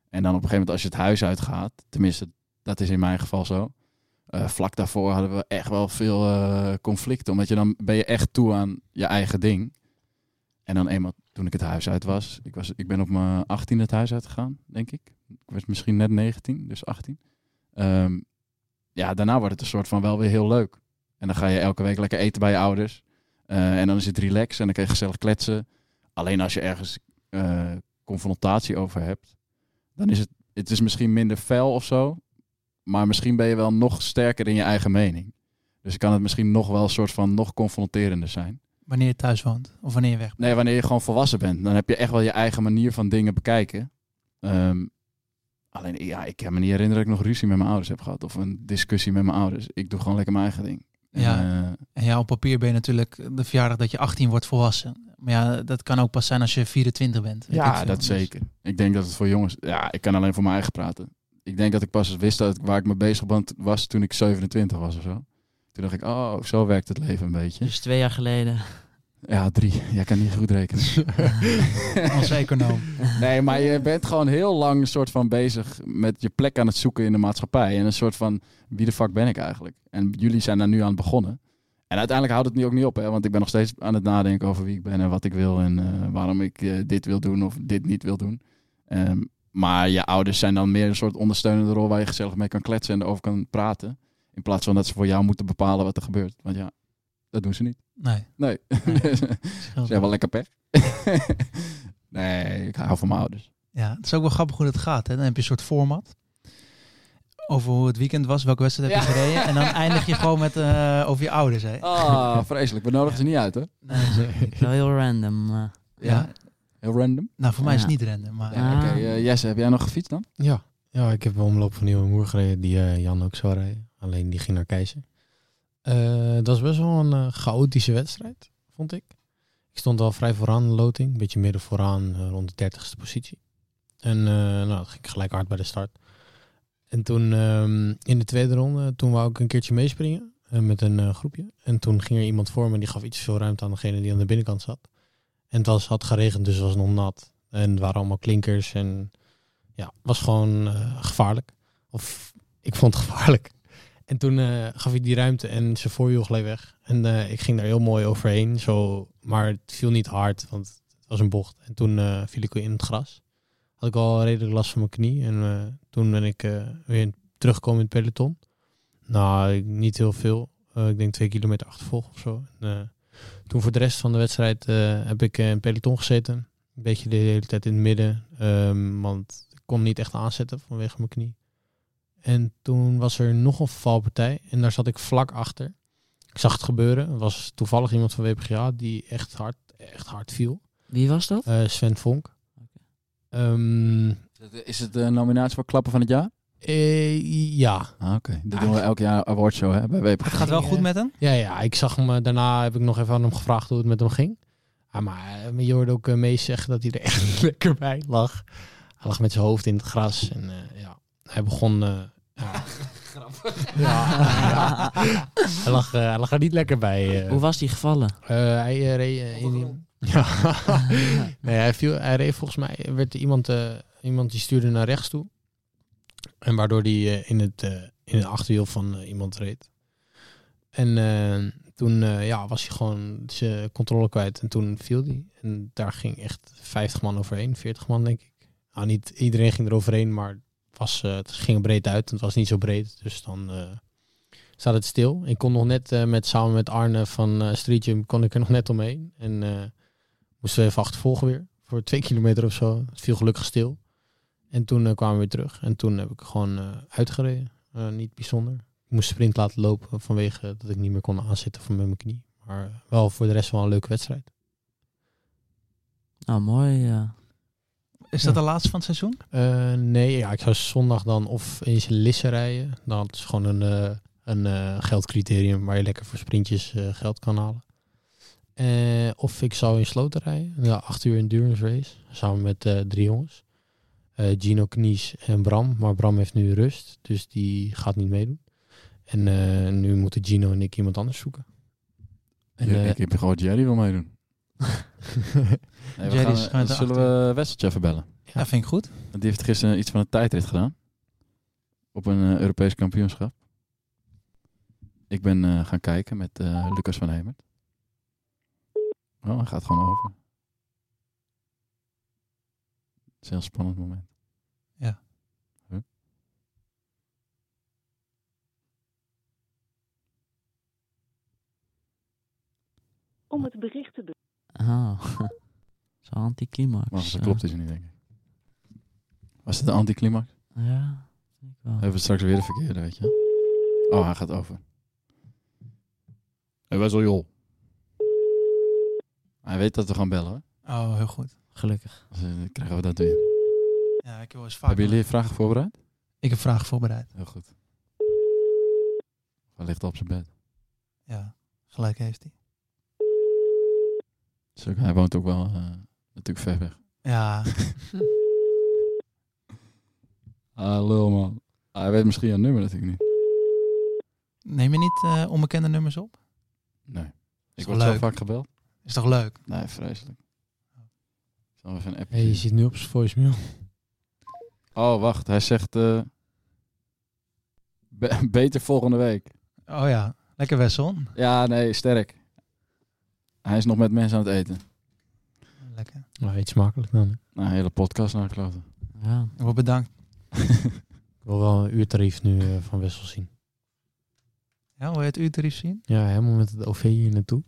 Speaker 1: En dan op een gegeven moment als je het huis uitgaat, tenminste, dat is in mijn geval zo. Eh, vlak daarvoor hadden we echt wel veel eh, conflicten. Omdat je dan ben je echt toe aan je eigen ding. En dan eenmaal toen ik het huis uit was. Ik, was, ik ben op mijn 18 het huis uitgegaan, denk ik. Ik was misschien net 19, dus 18. Ehm, ja, daarna wordt het een soort van wel weer heel leuk. En dan ga je elke week lekker eten bij je ouders. Eh, en dan is het relax en dan kun je gezellig kletsen. Alleen als je ergens eh, confrontatie over hebt, dan is het, het is misschien minder fel of zo. Maar misschien ben je wel nog sterker in je eigen mening. Dus kan het misschien nog wel een soort van nog confronterender zijn.
Speaker 3: Wanneer je thuis woont of wanneer je weg bent.
Speaker 1: Nee, wanneer je gewoon volwassen bent, dan heb je echt wel je eigen manier van dingen bekijken. Ehm, alleen, ja, ik kan me niet herinneren dat ik nog ruzie met mijn ouders heb gehad. Of een discussie met mijn ouders. Ik doe gewoon lekker mijn eigen ding. En,
Speaker 3: Ja.
Speaker 1: eh,
Speaker 3: En ja, op papier ben je natuurlijk de verjaardag dat je 18 wordt volwassen. Maar ja, dat kan ook pas zijn als je 24 bent. weet ik
Speaker 1: ja
Speaker 3: veel.
Speaker 1: dat
Speaker 3: Dus-
Speaker 1: zeker. Ik denk dat het voor jongens... Ja, ik kan alleen voor mijn eigen praten. Ik denk dat ik pas wist dat, waar ik mee bezig ben- was toen ik 27 was of zo. Toen dacht ik, oh, zo werkt het leven een beetje.
Speaker 7: Dus twee jaar geleden.
Speaker 1: Ja, drie. Jij kan niet goed rekenen.
Speaker 3: Onze econoom.
Speaker 1: Nee, maar je bent gewoon heel lang een soort van bezig met je plek aan het zoeken in de maatschappij. En een soort van, wie de fuck ben ik eigenlijk? En jullie zijn daar nu aan begonnen. En uiteindelijk houdt het nu ook niet op, hè? want ik ben nog steeds aan het nadenken over wie ik ben en wat ik wil en eh, waarom ik eh, dit wil doen of dit niet wil doen. Ehm, maar je ouders zijn dan meer een soort ondersteunende rol waar je gezellig mee kan kletsen en erover kan praten. In plaats van dat ze voor jou moeten bepalen wat er gebeurt. Want ja, dat doen ze niet.
Speaker 3: Nee.
Speaker 1: Nee.
Speaker 3: scheelt
Speaker 1: Ze hebben
Speaker 3: wel.
Speaker 1: lekker pech. nee, ik hou van mijn ouders.
Speaker 3: Ja, het is ook wel grappig hoe dat gaat. Hè? Dan heb je een soort format. Over hoe het weekend was, welke wedstrijd heb je gereden. En dan eindig je gewoon met eh, over je ouders. Hè?
Speaker 1: Ah, vreselijk. We nodigen ze niet uit, hè?
Speaker 3: Nee, zeker niet.
Speaker 7: Wel heel random. eh.
Speaker 3: Nou, Ja.
Speaker 1: Heel random.
Speaker 3: Nou, voor mij is
Speaker 7: Ja.
Speaker 3: het niet rennen. Maar
Speaker 1: Ja,
Speaker 7: Ah.
Speaker 1: Oké, eh, Jesse, heb jij nog gefietst dan?
Speaker 4: Ja. ja, ik heb een omloop van Nieuwe Moer gereden, die eh, Jan ook zou rijden. Alleen die ging naar Keizer. Eh, dat was best wel een eh, chaotische wedstrijd, vond ik. Ik stond al vrij vooraan in de loting, een beetje midden vooraan, eh, rond de dertigste positie. En eh, nou, dat ging gelijk hard bij de start. En toen ehm, in de tweede ronde, toen wou ik een keertje meespringen eh, met een eh, groepje. En toen ging er iemand voor me, die gaf iets te veel ruimte aan degene die aan de binnenkant zat. En het was, had geregend, dus het was nog nat. En het waren allemaal klinkers en ja, was gewoon eh, gevaarlijk. Of ik vond het gevaarlijk. En toen eh, gaf ik die ruimte en zijn voorwiel gleed weg. En eh, ik ging daar heel mooi overheen. Zo, maar het viel niet hard, want het was een bocht. En toen eh, viel ik weer in het gras. Had ik al redelijk last van mijn knie. En eh, toen ben ik eh, weer teruggekomen in het peloton. Nou, ik- niet heel veel. Eh, ik denk twee kilometer achtervolg of zo. En, eh, toen voor de rest van de wedstrijd eh, heb ik eh, in het peloton gezeten. Een beetje de hele tijd in het midden. ehm, want kon niet echt aanzetten vanwege mijn knie. En toen was er nog een valpartij en daar zat ik vlak achter. Ik zag het gebeuren. Er was toevallig iemand van WPGA die echt hard, echt hard viel.
Speaker 7: Wie was dat?
Speaker 4: Eh, Sven Vonk. Ehm,
Speaker 1: eh, Is het de nominatie voor Klappen van het Jaar?
Speaker 4: eh, ja.
Speaker 1: Ah, oké. Dit doen we elk jaar awardshow, hè, bij WP.
Speaker 3: het gaat wel goed met hem.
Speaker 4: ja, ja, ik zag hem. eh, daarna heb ik nog even aan hem gevraagd hoe het met hem ging. Ah, maar eh, je hoorde ook eh, Mees zeggen dat hij er echt lekker bij lag. Hij lag met zijn hoofd in het gras en eh, ja, hij begon... eh, ja.
Speaker 2: Grappig.
Speaker 4: Ja. hij, lag, eh, hij lag er niet lekker bij. eh.
Speaker 7: Hoe was die gevallen?
Speaker 4: Eh, hij eh, reed eh,
Speaker 2: Op de
Speaker 4: in.
Speaker 2: grond.
Speaker 4: Ja. nee, hij, viel, hij reed volgens mij. Werd er iemand, eh, iemand die stuurde naar rechts toe. En waardoor hij eh, in, het, eh, in het achterwiel van eh, iemand reed. En eh, toen eh, ja, was hij gewoon zijn controle kwijt. En toen viel hij. En daar ging echt 50 man overheen, 40 man denk ik. Nou, niet iedereen ging er overheen, maar het was, eh, het ging er breed uit. En het was niet zo breed. Dus dan. eh, staat het stil. Ik kon nog net eh, met, samen met Arne van eh Street Gym kon ik er nog net omheen. En eh, moesten we even achtervolgen weer. Voor twee kilometer of zo. Het viel gelukkig stil. En toen eh, kwamen we weer terug. En toen heb ik gewoon eh, uitgereden. Eh, niet bijzonder. Ik moest sprint laten lopen vanwege dat ik niet meer kon aanzitten van met mijn knie. Maar eh, wel voor de rest wel een leuke wedstrijd.
Speaker 7: Nou, mooi. ja.
Speaker 3: Is dat de laatste van het seizoen?
Speaker 4: Eh, nee, ja, ik zou zondag dan of eens Lisse rijden. Dat is gewoon een, eh, een eh, geldcriterium waar je lekker voor sprintjes eh, geld kan halen. Eh, of ik zou in Sloten rijden. Ja, acht uur een durance race. Samen met eh, drie jongens. eh, Gino Knies en Bram. Maar Bram heeft nu rust, dus die gaat niet meedoen. En eh, nu moeten Gino en ik iemand anders zoeken. En,
Speaker 1: Ja,
Speaker 4: eh,
Speaker 1: ik heb gehoord Jerry wil meedoen. Nee, we
Speaker 3: Jerry
Speaker 1: gaan,
Speaker 3: is gewoon
Speaker 1: eh, zullen
Speaker 3: erachter.
Speaker 1: we Westertje even bellen?
Speaker 3: Ja, vind ik goed.
Speaker 1: Want die heeft gisteren iets van een tijdrit gedaan. Op een eh, Europees kampioenschap. Ik ben eh, gaan kijken met eh, Lucas van Hemert. Oh, hij gaat gewoon over. Het is een heel spannend moment.
Speaker 3: Ja.
Speaker 1: Huh?
Speaker 10: Om het bericht te be-
Speaker 7: Oh. Zo'n anticlimax.
Speaker 1: Maar dat
Speaker 7: eh.
Speaker 1: klopt dus niet, denk ik. Was het een anticlimax?
Speaker 7: Eh, Ja, vind ik wel.
Speaker 1: Hebben we straks weer de verkeerde, weet je. Oh, hij gaat over. Hij was al joh. Hij weet dat we gaan bellen, hoor.
Speaker 3: Oh, heel goed.
Speaker 7: Gelukkig.
Speaker 1: Dus, eh, Dan krijgen we dat weer.
Speaker 3: Ja, ik heb wel eens vaak.
Speaker 1: Hebben jullie vragen voorbereid?
Speaker 3: Ik heb vragen voorbereid.
Speaker 1: Heel goed. Hij ligt op zijn bed.
Speaker 3: Ja, gelijk heeft hij.
Speaker 1: Dus ook- hij woont ook wel eh, natuurlijk ver weg.
Speaker 3: Ja,
Speaker 1: Ah, lul man. Hij weet misschien jouw nummer natuurlijk niet.
Speaker 3: neem je niet eh, onbekende nummers op?
Speaker 1: Nee. Ik
Speaker 3: Is
Speaker 1: word
Speaker 3: wel
Speaker 1: zo
Speaker 3: leuk.
Speaker 1: vaak gebeld.
Speaker 3: Is toch leuk?
Speaker 1: Nee, vreselijk. Zal even een appje
Speaker 4: hey, je
Speaker 1: zien.
Speaker 4: zit nu op zijn voicemail.
Speaker 1: Oh, wacht. Hij zegt... eh, be- beter volgende week.
Speaker 3: Oh ja, lekker Wessel.
Speaker 1: Ja, nee, sterk. Hij is nog met mensen aan het eten.
Speaker 3: Lekker.
Speaker 4: Nou, iets makkelijk dan. hè.
Speaker 1: Nou, een hele podcast naar kloten.
Speaker 7: Ja.
Speaker 3: Ik word bedankt.
Speaker 4: Ik wil wel een uurtarief nu eh, van Wessel zien.
Speaker 3: Ja, wil je het uurtarief zien?
Speaker 4: Ja, helemaal met het OV hier naartoe.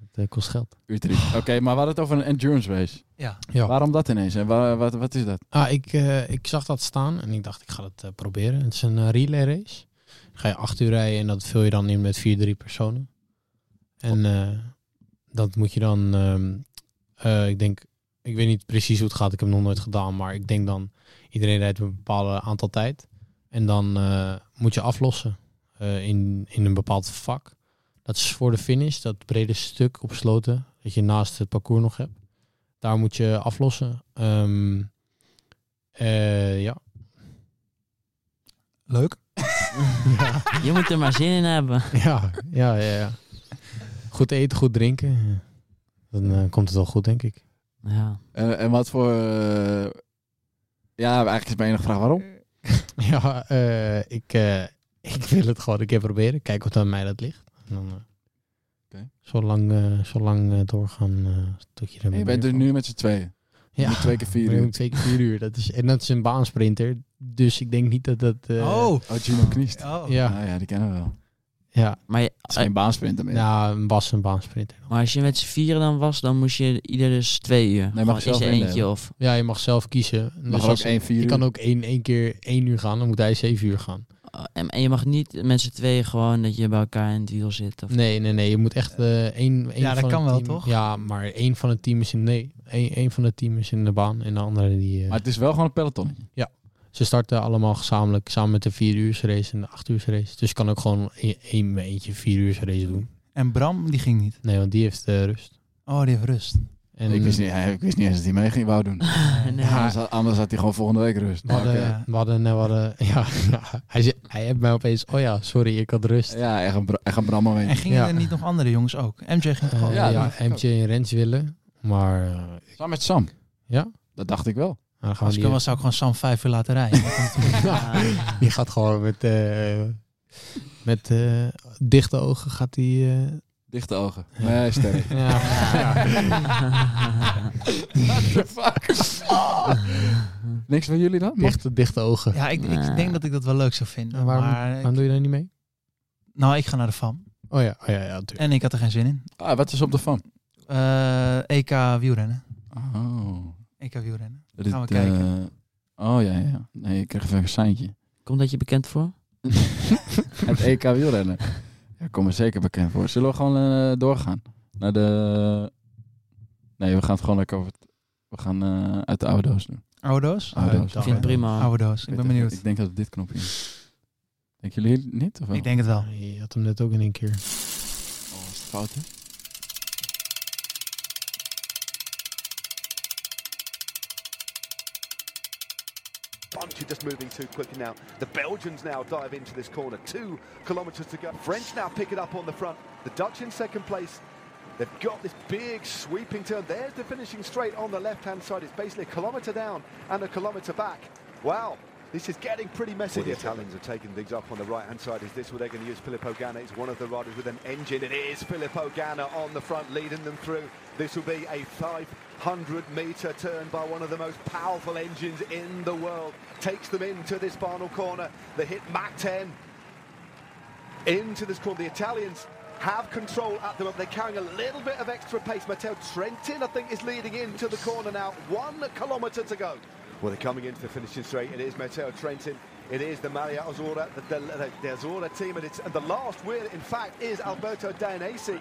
Speaker 4: Het eh, kost geld.
Speaker 1: Uur drie. Oké, maar we hadden het over een endurance race.
Speaker 3: Ja.
Speaker 4: Ja.
Speaker 1: Waarom dat ineens? En wa- wat, wat is dat?
Speaker 4: Ah, ik, eh, ik zag dat staan en ik dacht, ik ga het eh, proberen. Het is een eh, relay race. Ga je acht uur rijden en dat vul je dan in met vier, drie personen. En eh, dat moet je dan, ehm, eh, ik denk, ik weet niet precies hoe het gaat. Ik heb het nog nooit gedaan, maar ik denk dan, iedereen rijdt een bepaald aantal tijd. En dan eh, moet je aflossen eh, in, in een bepaald vak. Dat is voor de finish, dat brede stuk op sloten, dat je naast het parcours nog hebt. Daar moet je aflossen. Ehm eh, ja.
Speaker 3: Leuk.
Speaker 7: Je moet er maar zin in hebben.
Speaker 4: ja. Ja, ja, ja. Goed eten, goed drinken. Dan eh, komt het wel goed, denk ik.
Speaker 7: Ja.
Speaker 1: En, en wat voor... eh, Ja, eigenlijk is mijn enige vraag waarom.
Speaker 4: Ja, eh, ik, eh, ik wil het gewoon een keer proberen. Kijken of het aan mij dat ligt. En dan, eh,
Speaker 1: Oké.
Speaker 4: Zo lang, eh, zo lang eh, doorgaan eh tot je er
Speaker 1: Je bent er nu met z'n tweeën.
Speaker 4: ja.
Speaker 1: met twee keer vier
Speaker 4: we doen
Speaker 1: uur.
Speaker 4: Twee keer vier uur. Dat is, en dat is een baansprinter. Dus ik denk niet dat dat... eh,
Speaker 3: oh.
Speaker 1: Oh, Gino Kniest.
Speaker 3: oh.
Speaker 4: Ja,
Speaker 1: Nou ja, die kennen we wel. Het
Speaker 4: ja.
Speaker 7: Maar, je-
Speaker 1: is geen baansprinter meer.
Speaker 4: Nou, een was een baansprinter.
Speaker 7: maar als je met z'n vieren dan was, dan moest je ieder dus twee uur.
Speaker 1: mag
Speaker 7: Gewoon
Speaker 1: je zelf
Speaker 7: is je
Speaker 1: indelen.
Speaker 7: eentje of...
Speaker 4: Ja, je mag zelf kiezen.
Speaker 1: Mag er ook één vier
Speaker 4: je
Speaker 1: uur.
Speaker 4: dus kan ook één, één keer één uur gaan. Dan moet hij zeven uur gaan.
Speaker 7: eh, En, en je mag niet met z'n tweeën gewoon dat je bij elkaar in het wiel zit. Of...
Speaker 4: Nee, nee, nee. Je moet echt eh één, één
Speaker 3: Ja, dat
Speaker 4: van het
Speaker 3: kan wel,
Speaker 4: team-
Speaker 3: toch?
Speaker 4: Ja, maar één van het team is in... Nee, één, één van het team is in de baan en de andere die... eh,
Speaker 1: Maar het is wel gewoon een pelotonnetje.
Speaker 4: Ze starten allemaal gezamenlijk samen met de vier uur race en de acht uur race. Dus je kan ook gewoon één, één met eentje vier uur race doen.
Speaker 3: En Bram, die ging niet.
Speaker 4: Nee, want die heeft eh, rust.
Speaker 3: Oh, die heeft rust.
Speaker 4: En
Speaker 1: Ik, wist niet, hij- ik wist niet eens dat hij mee ging wou doen.
Speaker 7: Nee.
Speaker 1: Anders, had, anders had hij gewoon volgende week rust.
Speaker 4: We hadden,
Speaker 1: Oké.
Speaker 4: we hadden, we hadden- ja, ja. hij, zei- hij heeft mij opeens, oh ja, sorry, ik had rust.
Speaker 1: Ja, echt een, bra- echt een brammoment.
Speaker 3: En gingen
Speaker 4: Ja.
Speaker 3: er niet nog andere jongens ook? MJ ging toch
Speaker 4: Eh,
Speaker 3: ook?
Speaker 1: ja,
Speaker 4: ja,
Speaker 1: dat dacht ik
Speaker 4: MJ en Rens willen, maar eh, nou,
Speaker 1: Samen met Sam.
Speaker 4: Ja?
Speaker 1: Dat dacht ik wel.
Speaker 4: dan gaan
Speaker 3: Als ik
Speaker 4: we die,
Speaker 3: hem was, zou ik gewoon Sam vijf uur laten rijden.
Speaker 4: die gaat gewoon met, eh, met eh, dichte ogen gaat hij... eh,
Speaker 1: Dichte ogen.
Speaker 4: Ja.
Speaker 1: Nee, sterk.
Speaker 4: ja.
Speaker 1: Niks van jullie dan? Mag-
Speaker 4: Dichte, dichte ogen.
Speaker 3: ja, ik, ik denk dat ik dat wel leuk zou vinden.
Speaker 4: En waarom,
Speaker 3: maar ik-
Speaker 4: waarom doe je daar niet mee?
Speaker 3: nou, ik ga naar de FAM.
Speaker 4: Oh ja, oh ja, ja, natuurlijk.
Speaker 3: En ik had er geen zin in.
Speaker 1: Ah, wat is op de fan?
Speaker 3: Eh, EK wielrennen.
Speaker 1: Oh.
Speaker 3: EK wielrennen.
Speaker 1: Dit,
Speaker 3: Gaan we
Speaker 1: eh,
Speaker 3: kijken.
Speaker 1: oh ja, ja. Nee, ik kreeg even een seintje.
Speaker 7: Komt dat je bekend voor?
Speaker 1: Het EK wielrennen. Ja, kom er zeker bekend voor. Zullen we gewoon eh, doorgaan? Naar de... Nee, we gaan het gewoon lekker over het... We gaan eh, uit de oude doos doen.
Speaker 3: Oudo's?
Speaker 1: Oude doos.
Speaker 7: Ik vind het prima.
Speaker 3: Ah, Oude doos. Ik ben benieuwd.
Speaker 1: Ik denk dat het dit knopje is. Denken jullie niet? Of wel?
Speaker 3: Ik denk het wel.
Speaker 4: Nee, Je had hem net ook in één keer.
Speaker 1: Oh, is het fout, hè?
Speaker 11: Actually, just moving too quickly now. The Belgians now dive into this corner. Two kilometres to go. French now pick it up on the front. The Dutch in second place. They've got this big sweeping turn. There's the finishing straight on the left-hand side. It's basically a kilometre down and a kilometre back. Wow, this is getting pretty messy.
Speaker 12: What
Speaker 11: the
Speaker 12: is happening?
Speaker 11: Italians are taking things up on the right-hand side. Is this where they're going to use Filippo Ganna? It's one of the riders with an engine. It is Filippo Ganna on the front, leading them through. This will be a 500-metre turn by one of the most powerful engines in the world. Takes them into this final corner. They hit Mach 10 into this corner. The Italians have control at the moment. They're carrying a little bit of extra pace. Matteo Trentin, I think, is leading into the corner now. One kilometre to go. Well, they're coming into the finishing straight. It is Matteo Trentin. It is the Maria Azora, the, the, the, the Azora team. And, it's, and the last win, in fact, is Alberto Danesi.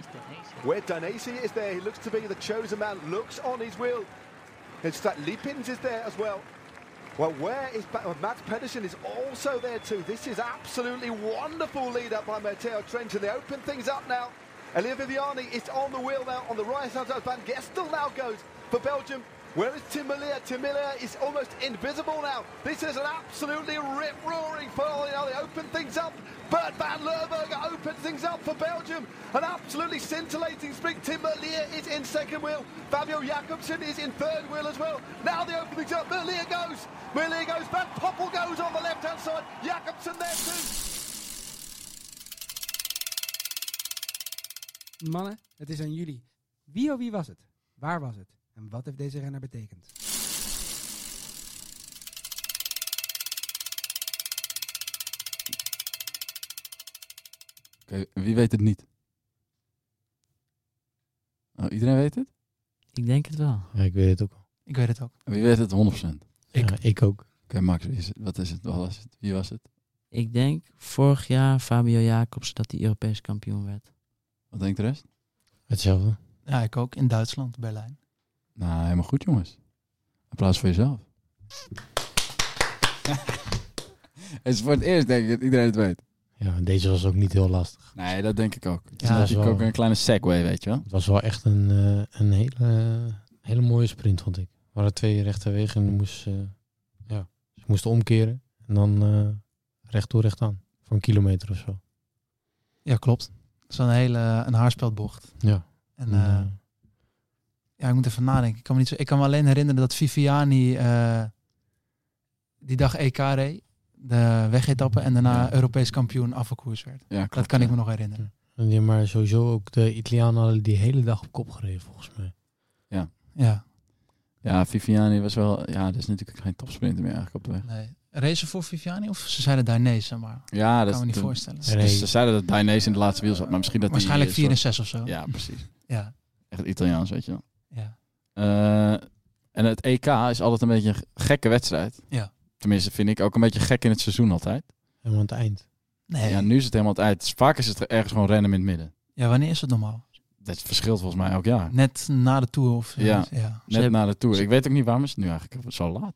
Speaker 11: Where Danesi is there, he looks to be the chosen man, looks on his wheel. In fact, Lipins is there as well. Well, where is ba- oh, Matt Pedersen is also there too. This is absolutely wonderful lead up by Matteo Trentin. They open things up now. Elia Viviani is on the wheel now on the right hand side. Van Gestel now goes for Belgium. Where is Tim Malia? Tim Malia is almost invisible now. This is an absolutely rip-roaring final. Now they open things up. Bert van Leeuwenberger opens things up for Belgium. An absolutely scintillating sprint. Tim Malia is in second wheel. Fabio Jakobsen is in third wheel as well. Now they open things up. Malia goes. Malia goes. Van Poppel goes on the left-hand side. Jakobsen there too.
Speaker 13: Mannen, het is aan jullie. Wie of wie was het? Waar was het? En wat heeft deze renner betekend?
Speaker 1: Oké, wie weet het niet? Oh, iedereen weet het?
Speaker 7: Ik denk het wel.
Speaker 4: Ja, ik weet het ook al.
Speaker 3: Ik weet het ook.
Speaker 1: Wie weet het 100%?
Speaker 4: Ik, ik ook.
Speaker 1: Oké, Max, wie is het? wat is het? Wat was het? Wie was het?
Speaker 7: Ik denk vorig jaar Fabio Jacobs dat hij Europees kampioen werd.
Speaker 1: Wat denkt de rest?
Speaker 4: Hetzelfde.
Speaker 3: Ja, ik ook. In Duitsland, Berlijn.
Speaker 1: Nou, helemaal goed, jongens. Applaus voor jezelf. Het is voor het eerst, denk ik, dat iedereen het weet.
Speaker 4: Ja, en deze was ook niet heel lastig.
Speaker 1: Nee, dat denk ik ook. Het is
Speaker 4: Ja, dat is
Speaker 1: natuurlijk
Speaker 4: wel-
Speaker 1: ook een kleine segue, weet je wel.
Speaker 4: Het was wel echt een, eh, een hele, hele mooie sprint, vond ik. Er waren twee rechte wegen en die moest, eh, ja, ze moesten omkeren. En dan eh recht toe, recht aan. Voor een kilometer of zo.
Speaker 3: Ja, klopt. Zo'n hele een haarspeldbocht.
Speaker 4: Ja.
Speaker 3: En eh, ja, ik moet even nadenken. Ik kan me, niet zo, ik kan me alleen herinneren dat Viviani eh, die dag EK reed, de wegetappe, en daarna
Speaker 1: Ja.
Speaker 3: Europees kampioen afvalkoers werd.
Speaker 1: Ja,
Speaker 3: dat
Speaker 1: klopt,
Speaker 3: kan
Speaker 1: ja.
Speaker 3: ik me nog herinneren.
Speaker 4: En die, maar sowieso ook de Italianen hadden die hele dag op kop gereden, volgens mij.
Speaker 3: Ja.
Speaker 1: Ja, Viviani was wel... Ja, dat is natuurlijk geen topsprinter meer eigenlijk op de weg.
Speaker 3: Nee. Racen voor Viviani of ze zeiden Dainese, maar
Speaker 1: Ja,
Speaker 3: dat
Speaker 1: dat
Speaker 3: kan me niet
Speaker 1: toen-
Speaker 3: voorstellen.
Speaker 1: Dus ze zeiden dat Dainese in het laatste wiel zat, maar misschien dat die-
Speaker 3: Waarschijnlijk
Speaker 1: eh,
Speaker 3: 4 en
Speaker 1: soort-
Speaker 3: 6 of zo.
Speaker 1: Ja, precies.
Speaker 3: Ja.
Speaker 1: Echt Italiaans, weet je wel.
Speaker 3: Ja.
Speaker 1: Eh, en het EK is altijd een beetje een g- gekke wedstrijd.
Speaker 3: Ja.
Speaker 1: Tenminste, vind ik ook een beetje gek in het seizoen altijd.
Speaker 4: Helemaal aan het eind.
Speaker 3: Nee.
Speaker 1: Ja, nu is het helemaal uit. Dus Vaak is het er ergens gewoon rennen in het midden.
Speaker 3: Ja, wanneer is het normaal?
Speaker 1: Dat verschilt volgens mij elk jaar.
Speaker 3: Net na de Tour of eh,
Speaker 1: Ja,
Speaker 3: ja.
Speaker 1: net na de Tour. Ik weet ook niet waarom is het nu eigenlijk zo laat. Ah,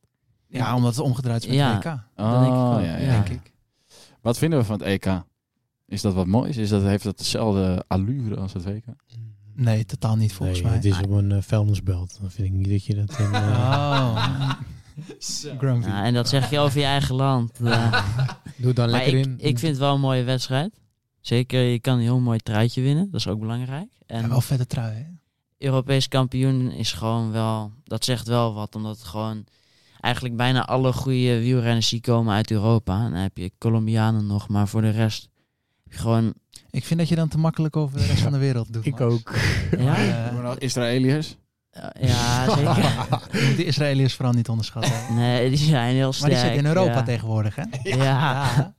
Speaker 3: Ja, omdat het omgedraaid is met
Speaker 7: Ja.
Speaker 3: EK.
Speaker 7: Dat denk ik ook,
Speaker 1: ja,
Speaker 7: ja.
Speaker 3: Denk ik.
Speaker 1: Wat vinden we van het EK? Is dat wat moois? Is dat, heeft dat dezelfde allure als het WK?
Speaker 3: Nee, totaal niet volgens
Speaker 4: nee,
Speaker 3: mij.
Speaker 4: het is op een eh, vuilnisbelt. Dan vind ik niet dat je dat... in, eh,
Speaker 3: Oh. Grumpy.
Speaker 7: Ja, en dat zeg je over je eigen land. Eh,
Speaker 4: Doe dan
Speaker 7: maar
Speaker 4: lekker
Speaker 7: ik,
Speaker 4: in.
Speaker 7: ik vind het wel een mooie wedstrijd. Zeker, je kan een heel mooi truitje winnen. Dat is ook belangrijk.
Speaker 3: Ja,
Speaker 7: En
Speaker 3: wel vette trui, hè?
Speaker 7: Europees kampioen is gewoon wel... Dat zegt wel wat, omdat het gewoon... Eigenlijk bijna alle goede wielrenners die komen uit Europa. En dan heb je Colombianen nog, maar voor de rest... heb je Gewoon...
Speaker 3: Ik vind dat je dan te makkelijk over de rest van de wereld doet.
Speaker 4: Ik
Speaker 3: Max.
Speaker 4: ook.
Speaker 7: Ja,
Speaker 3: Eh,
Speaker 1: Maar nou, Israëliërs?
Speaker 7: eh, ja zeker.
Speaker 3: je moet de Israëliërs vooral niet onderschatten. hè.
Speaker 7: Nee, die zijn heel
Speaker 3: Maar
Speaker 7: sterk.
Speaker 3: die zitten in Europa
Speaker 7: ja.
Speaker 3: tegenwoordig, hè?
Speaker 7: Ja.
Speaker 3: Ja.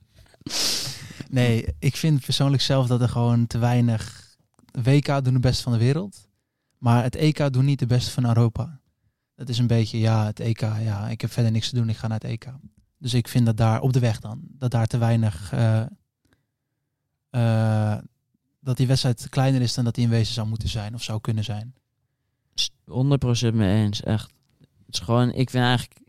Speaker 3: Nee, ik vind persoonlijk zelf dat er gewoon te weinig... WK doen de beste van de wereld. Maar het EK doen niet de beste van Europa. Dat is een beetje, ja, het EK, ja, ik heb verder niks te doen, ik ga naar het EK. Dus ik vind dat daar, op de weg dan, dat daar te weinig... eh, eh, dat die wedstrijd kleiner is dan dat die in wezen zou moeten zijn of zou kunnen zijn.
Speaker 7: 100% mee eens, echt. Het is gewoon, ik vind eigenlijk,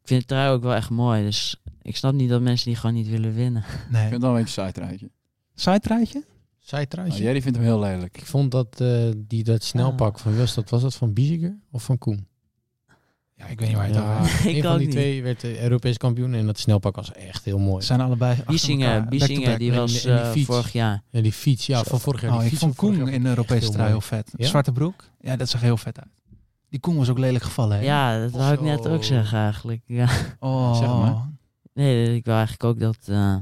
Speaker 7: ik vind het trui ook wel echt mooi. Dus ik snap niet dat mensen die gewoon niet willen winnen.
Speaker 1: Ik
Speaker 3: Nee.
Speaker 1: vind het wel een beetje een saaitruitje.
Speaker 3: Zijtraadje?
Speaker 1: Oh,
Speaker 4: Zijtruitje.
Speaker 1: Jerry vindt hem heel lelijk.
Speaker 4: Ah. Ik vond dat eh, die dat snelpak van West, dat was dat van Bieziger of van Koen?
Speaker 3: ik weet niet waar je het
Speaker 4: Ja,
Speaker 3: over hebt.
Speaker 4: Een van die twee werd eh, Europees kampioen en dat snelpak was echt heel mooi.
Speaker 3: Zijn allebei achter
Speaker 7: Biesinger,
Speaker 3: elkaar, back-to-back.
Speaker 7: Biesinger, die
Speaker 4: En
Speaker 7: was,
Speaker 4: en
Speaker 7: eh,
Speaker 4: fiets.
Speaker 7: vorig jaar.
Speaker 4: Ja, die fiets, ja, van vorig jaar.
Speaker 3: Oh,
Speaker 4: die
Speaker 3: ik
Speaker 4: fiets
Speaker 3: vond
Speaker 4: van vorig
Speaker 3: Koen
Speaker 4: jaar
Speaker 3: in de
Speaker 4: vond ik echt
Speaker 3: Europese trui heel
Speaker 4: mooi.
Speaker 3: vet.
Speaker 4: Ja?
Speaker 3: Zwarte broek, ja, dat zag heel vet uit. Die Koen was ook lelijk gevallen, hè?
Speaker 7: Ja, dat wou ik net ook zeggen eigenlijk. Ja.
Speaker 3: Oh. Zeg maar.
Speaker 7: Nee, ik wou eigenlijk ook dat eh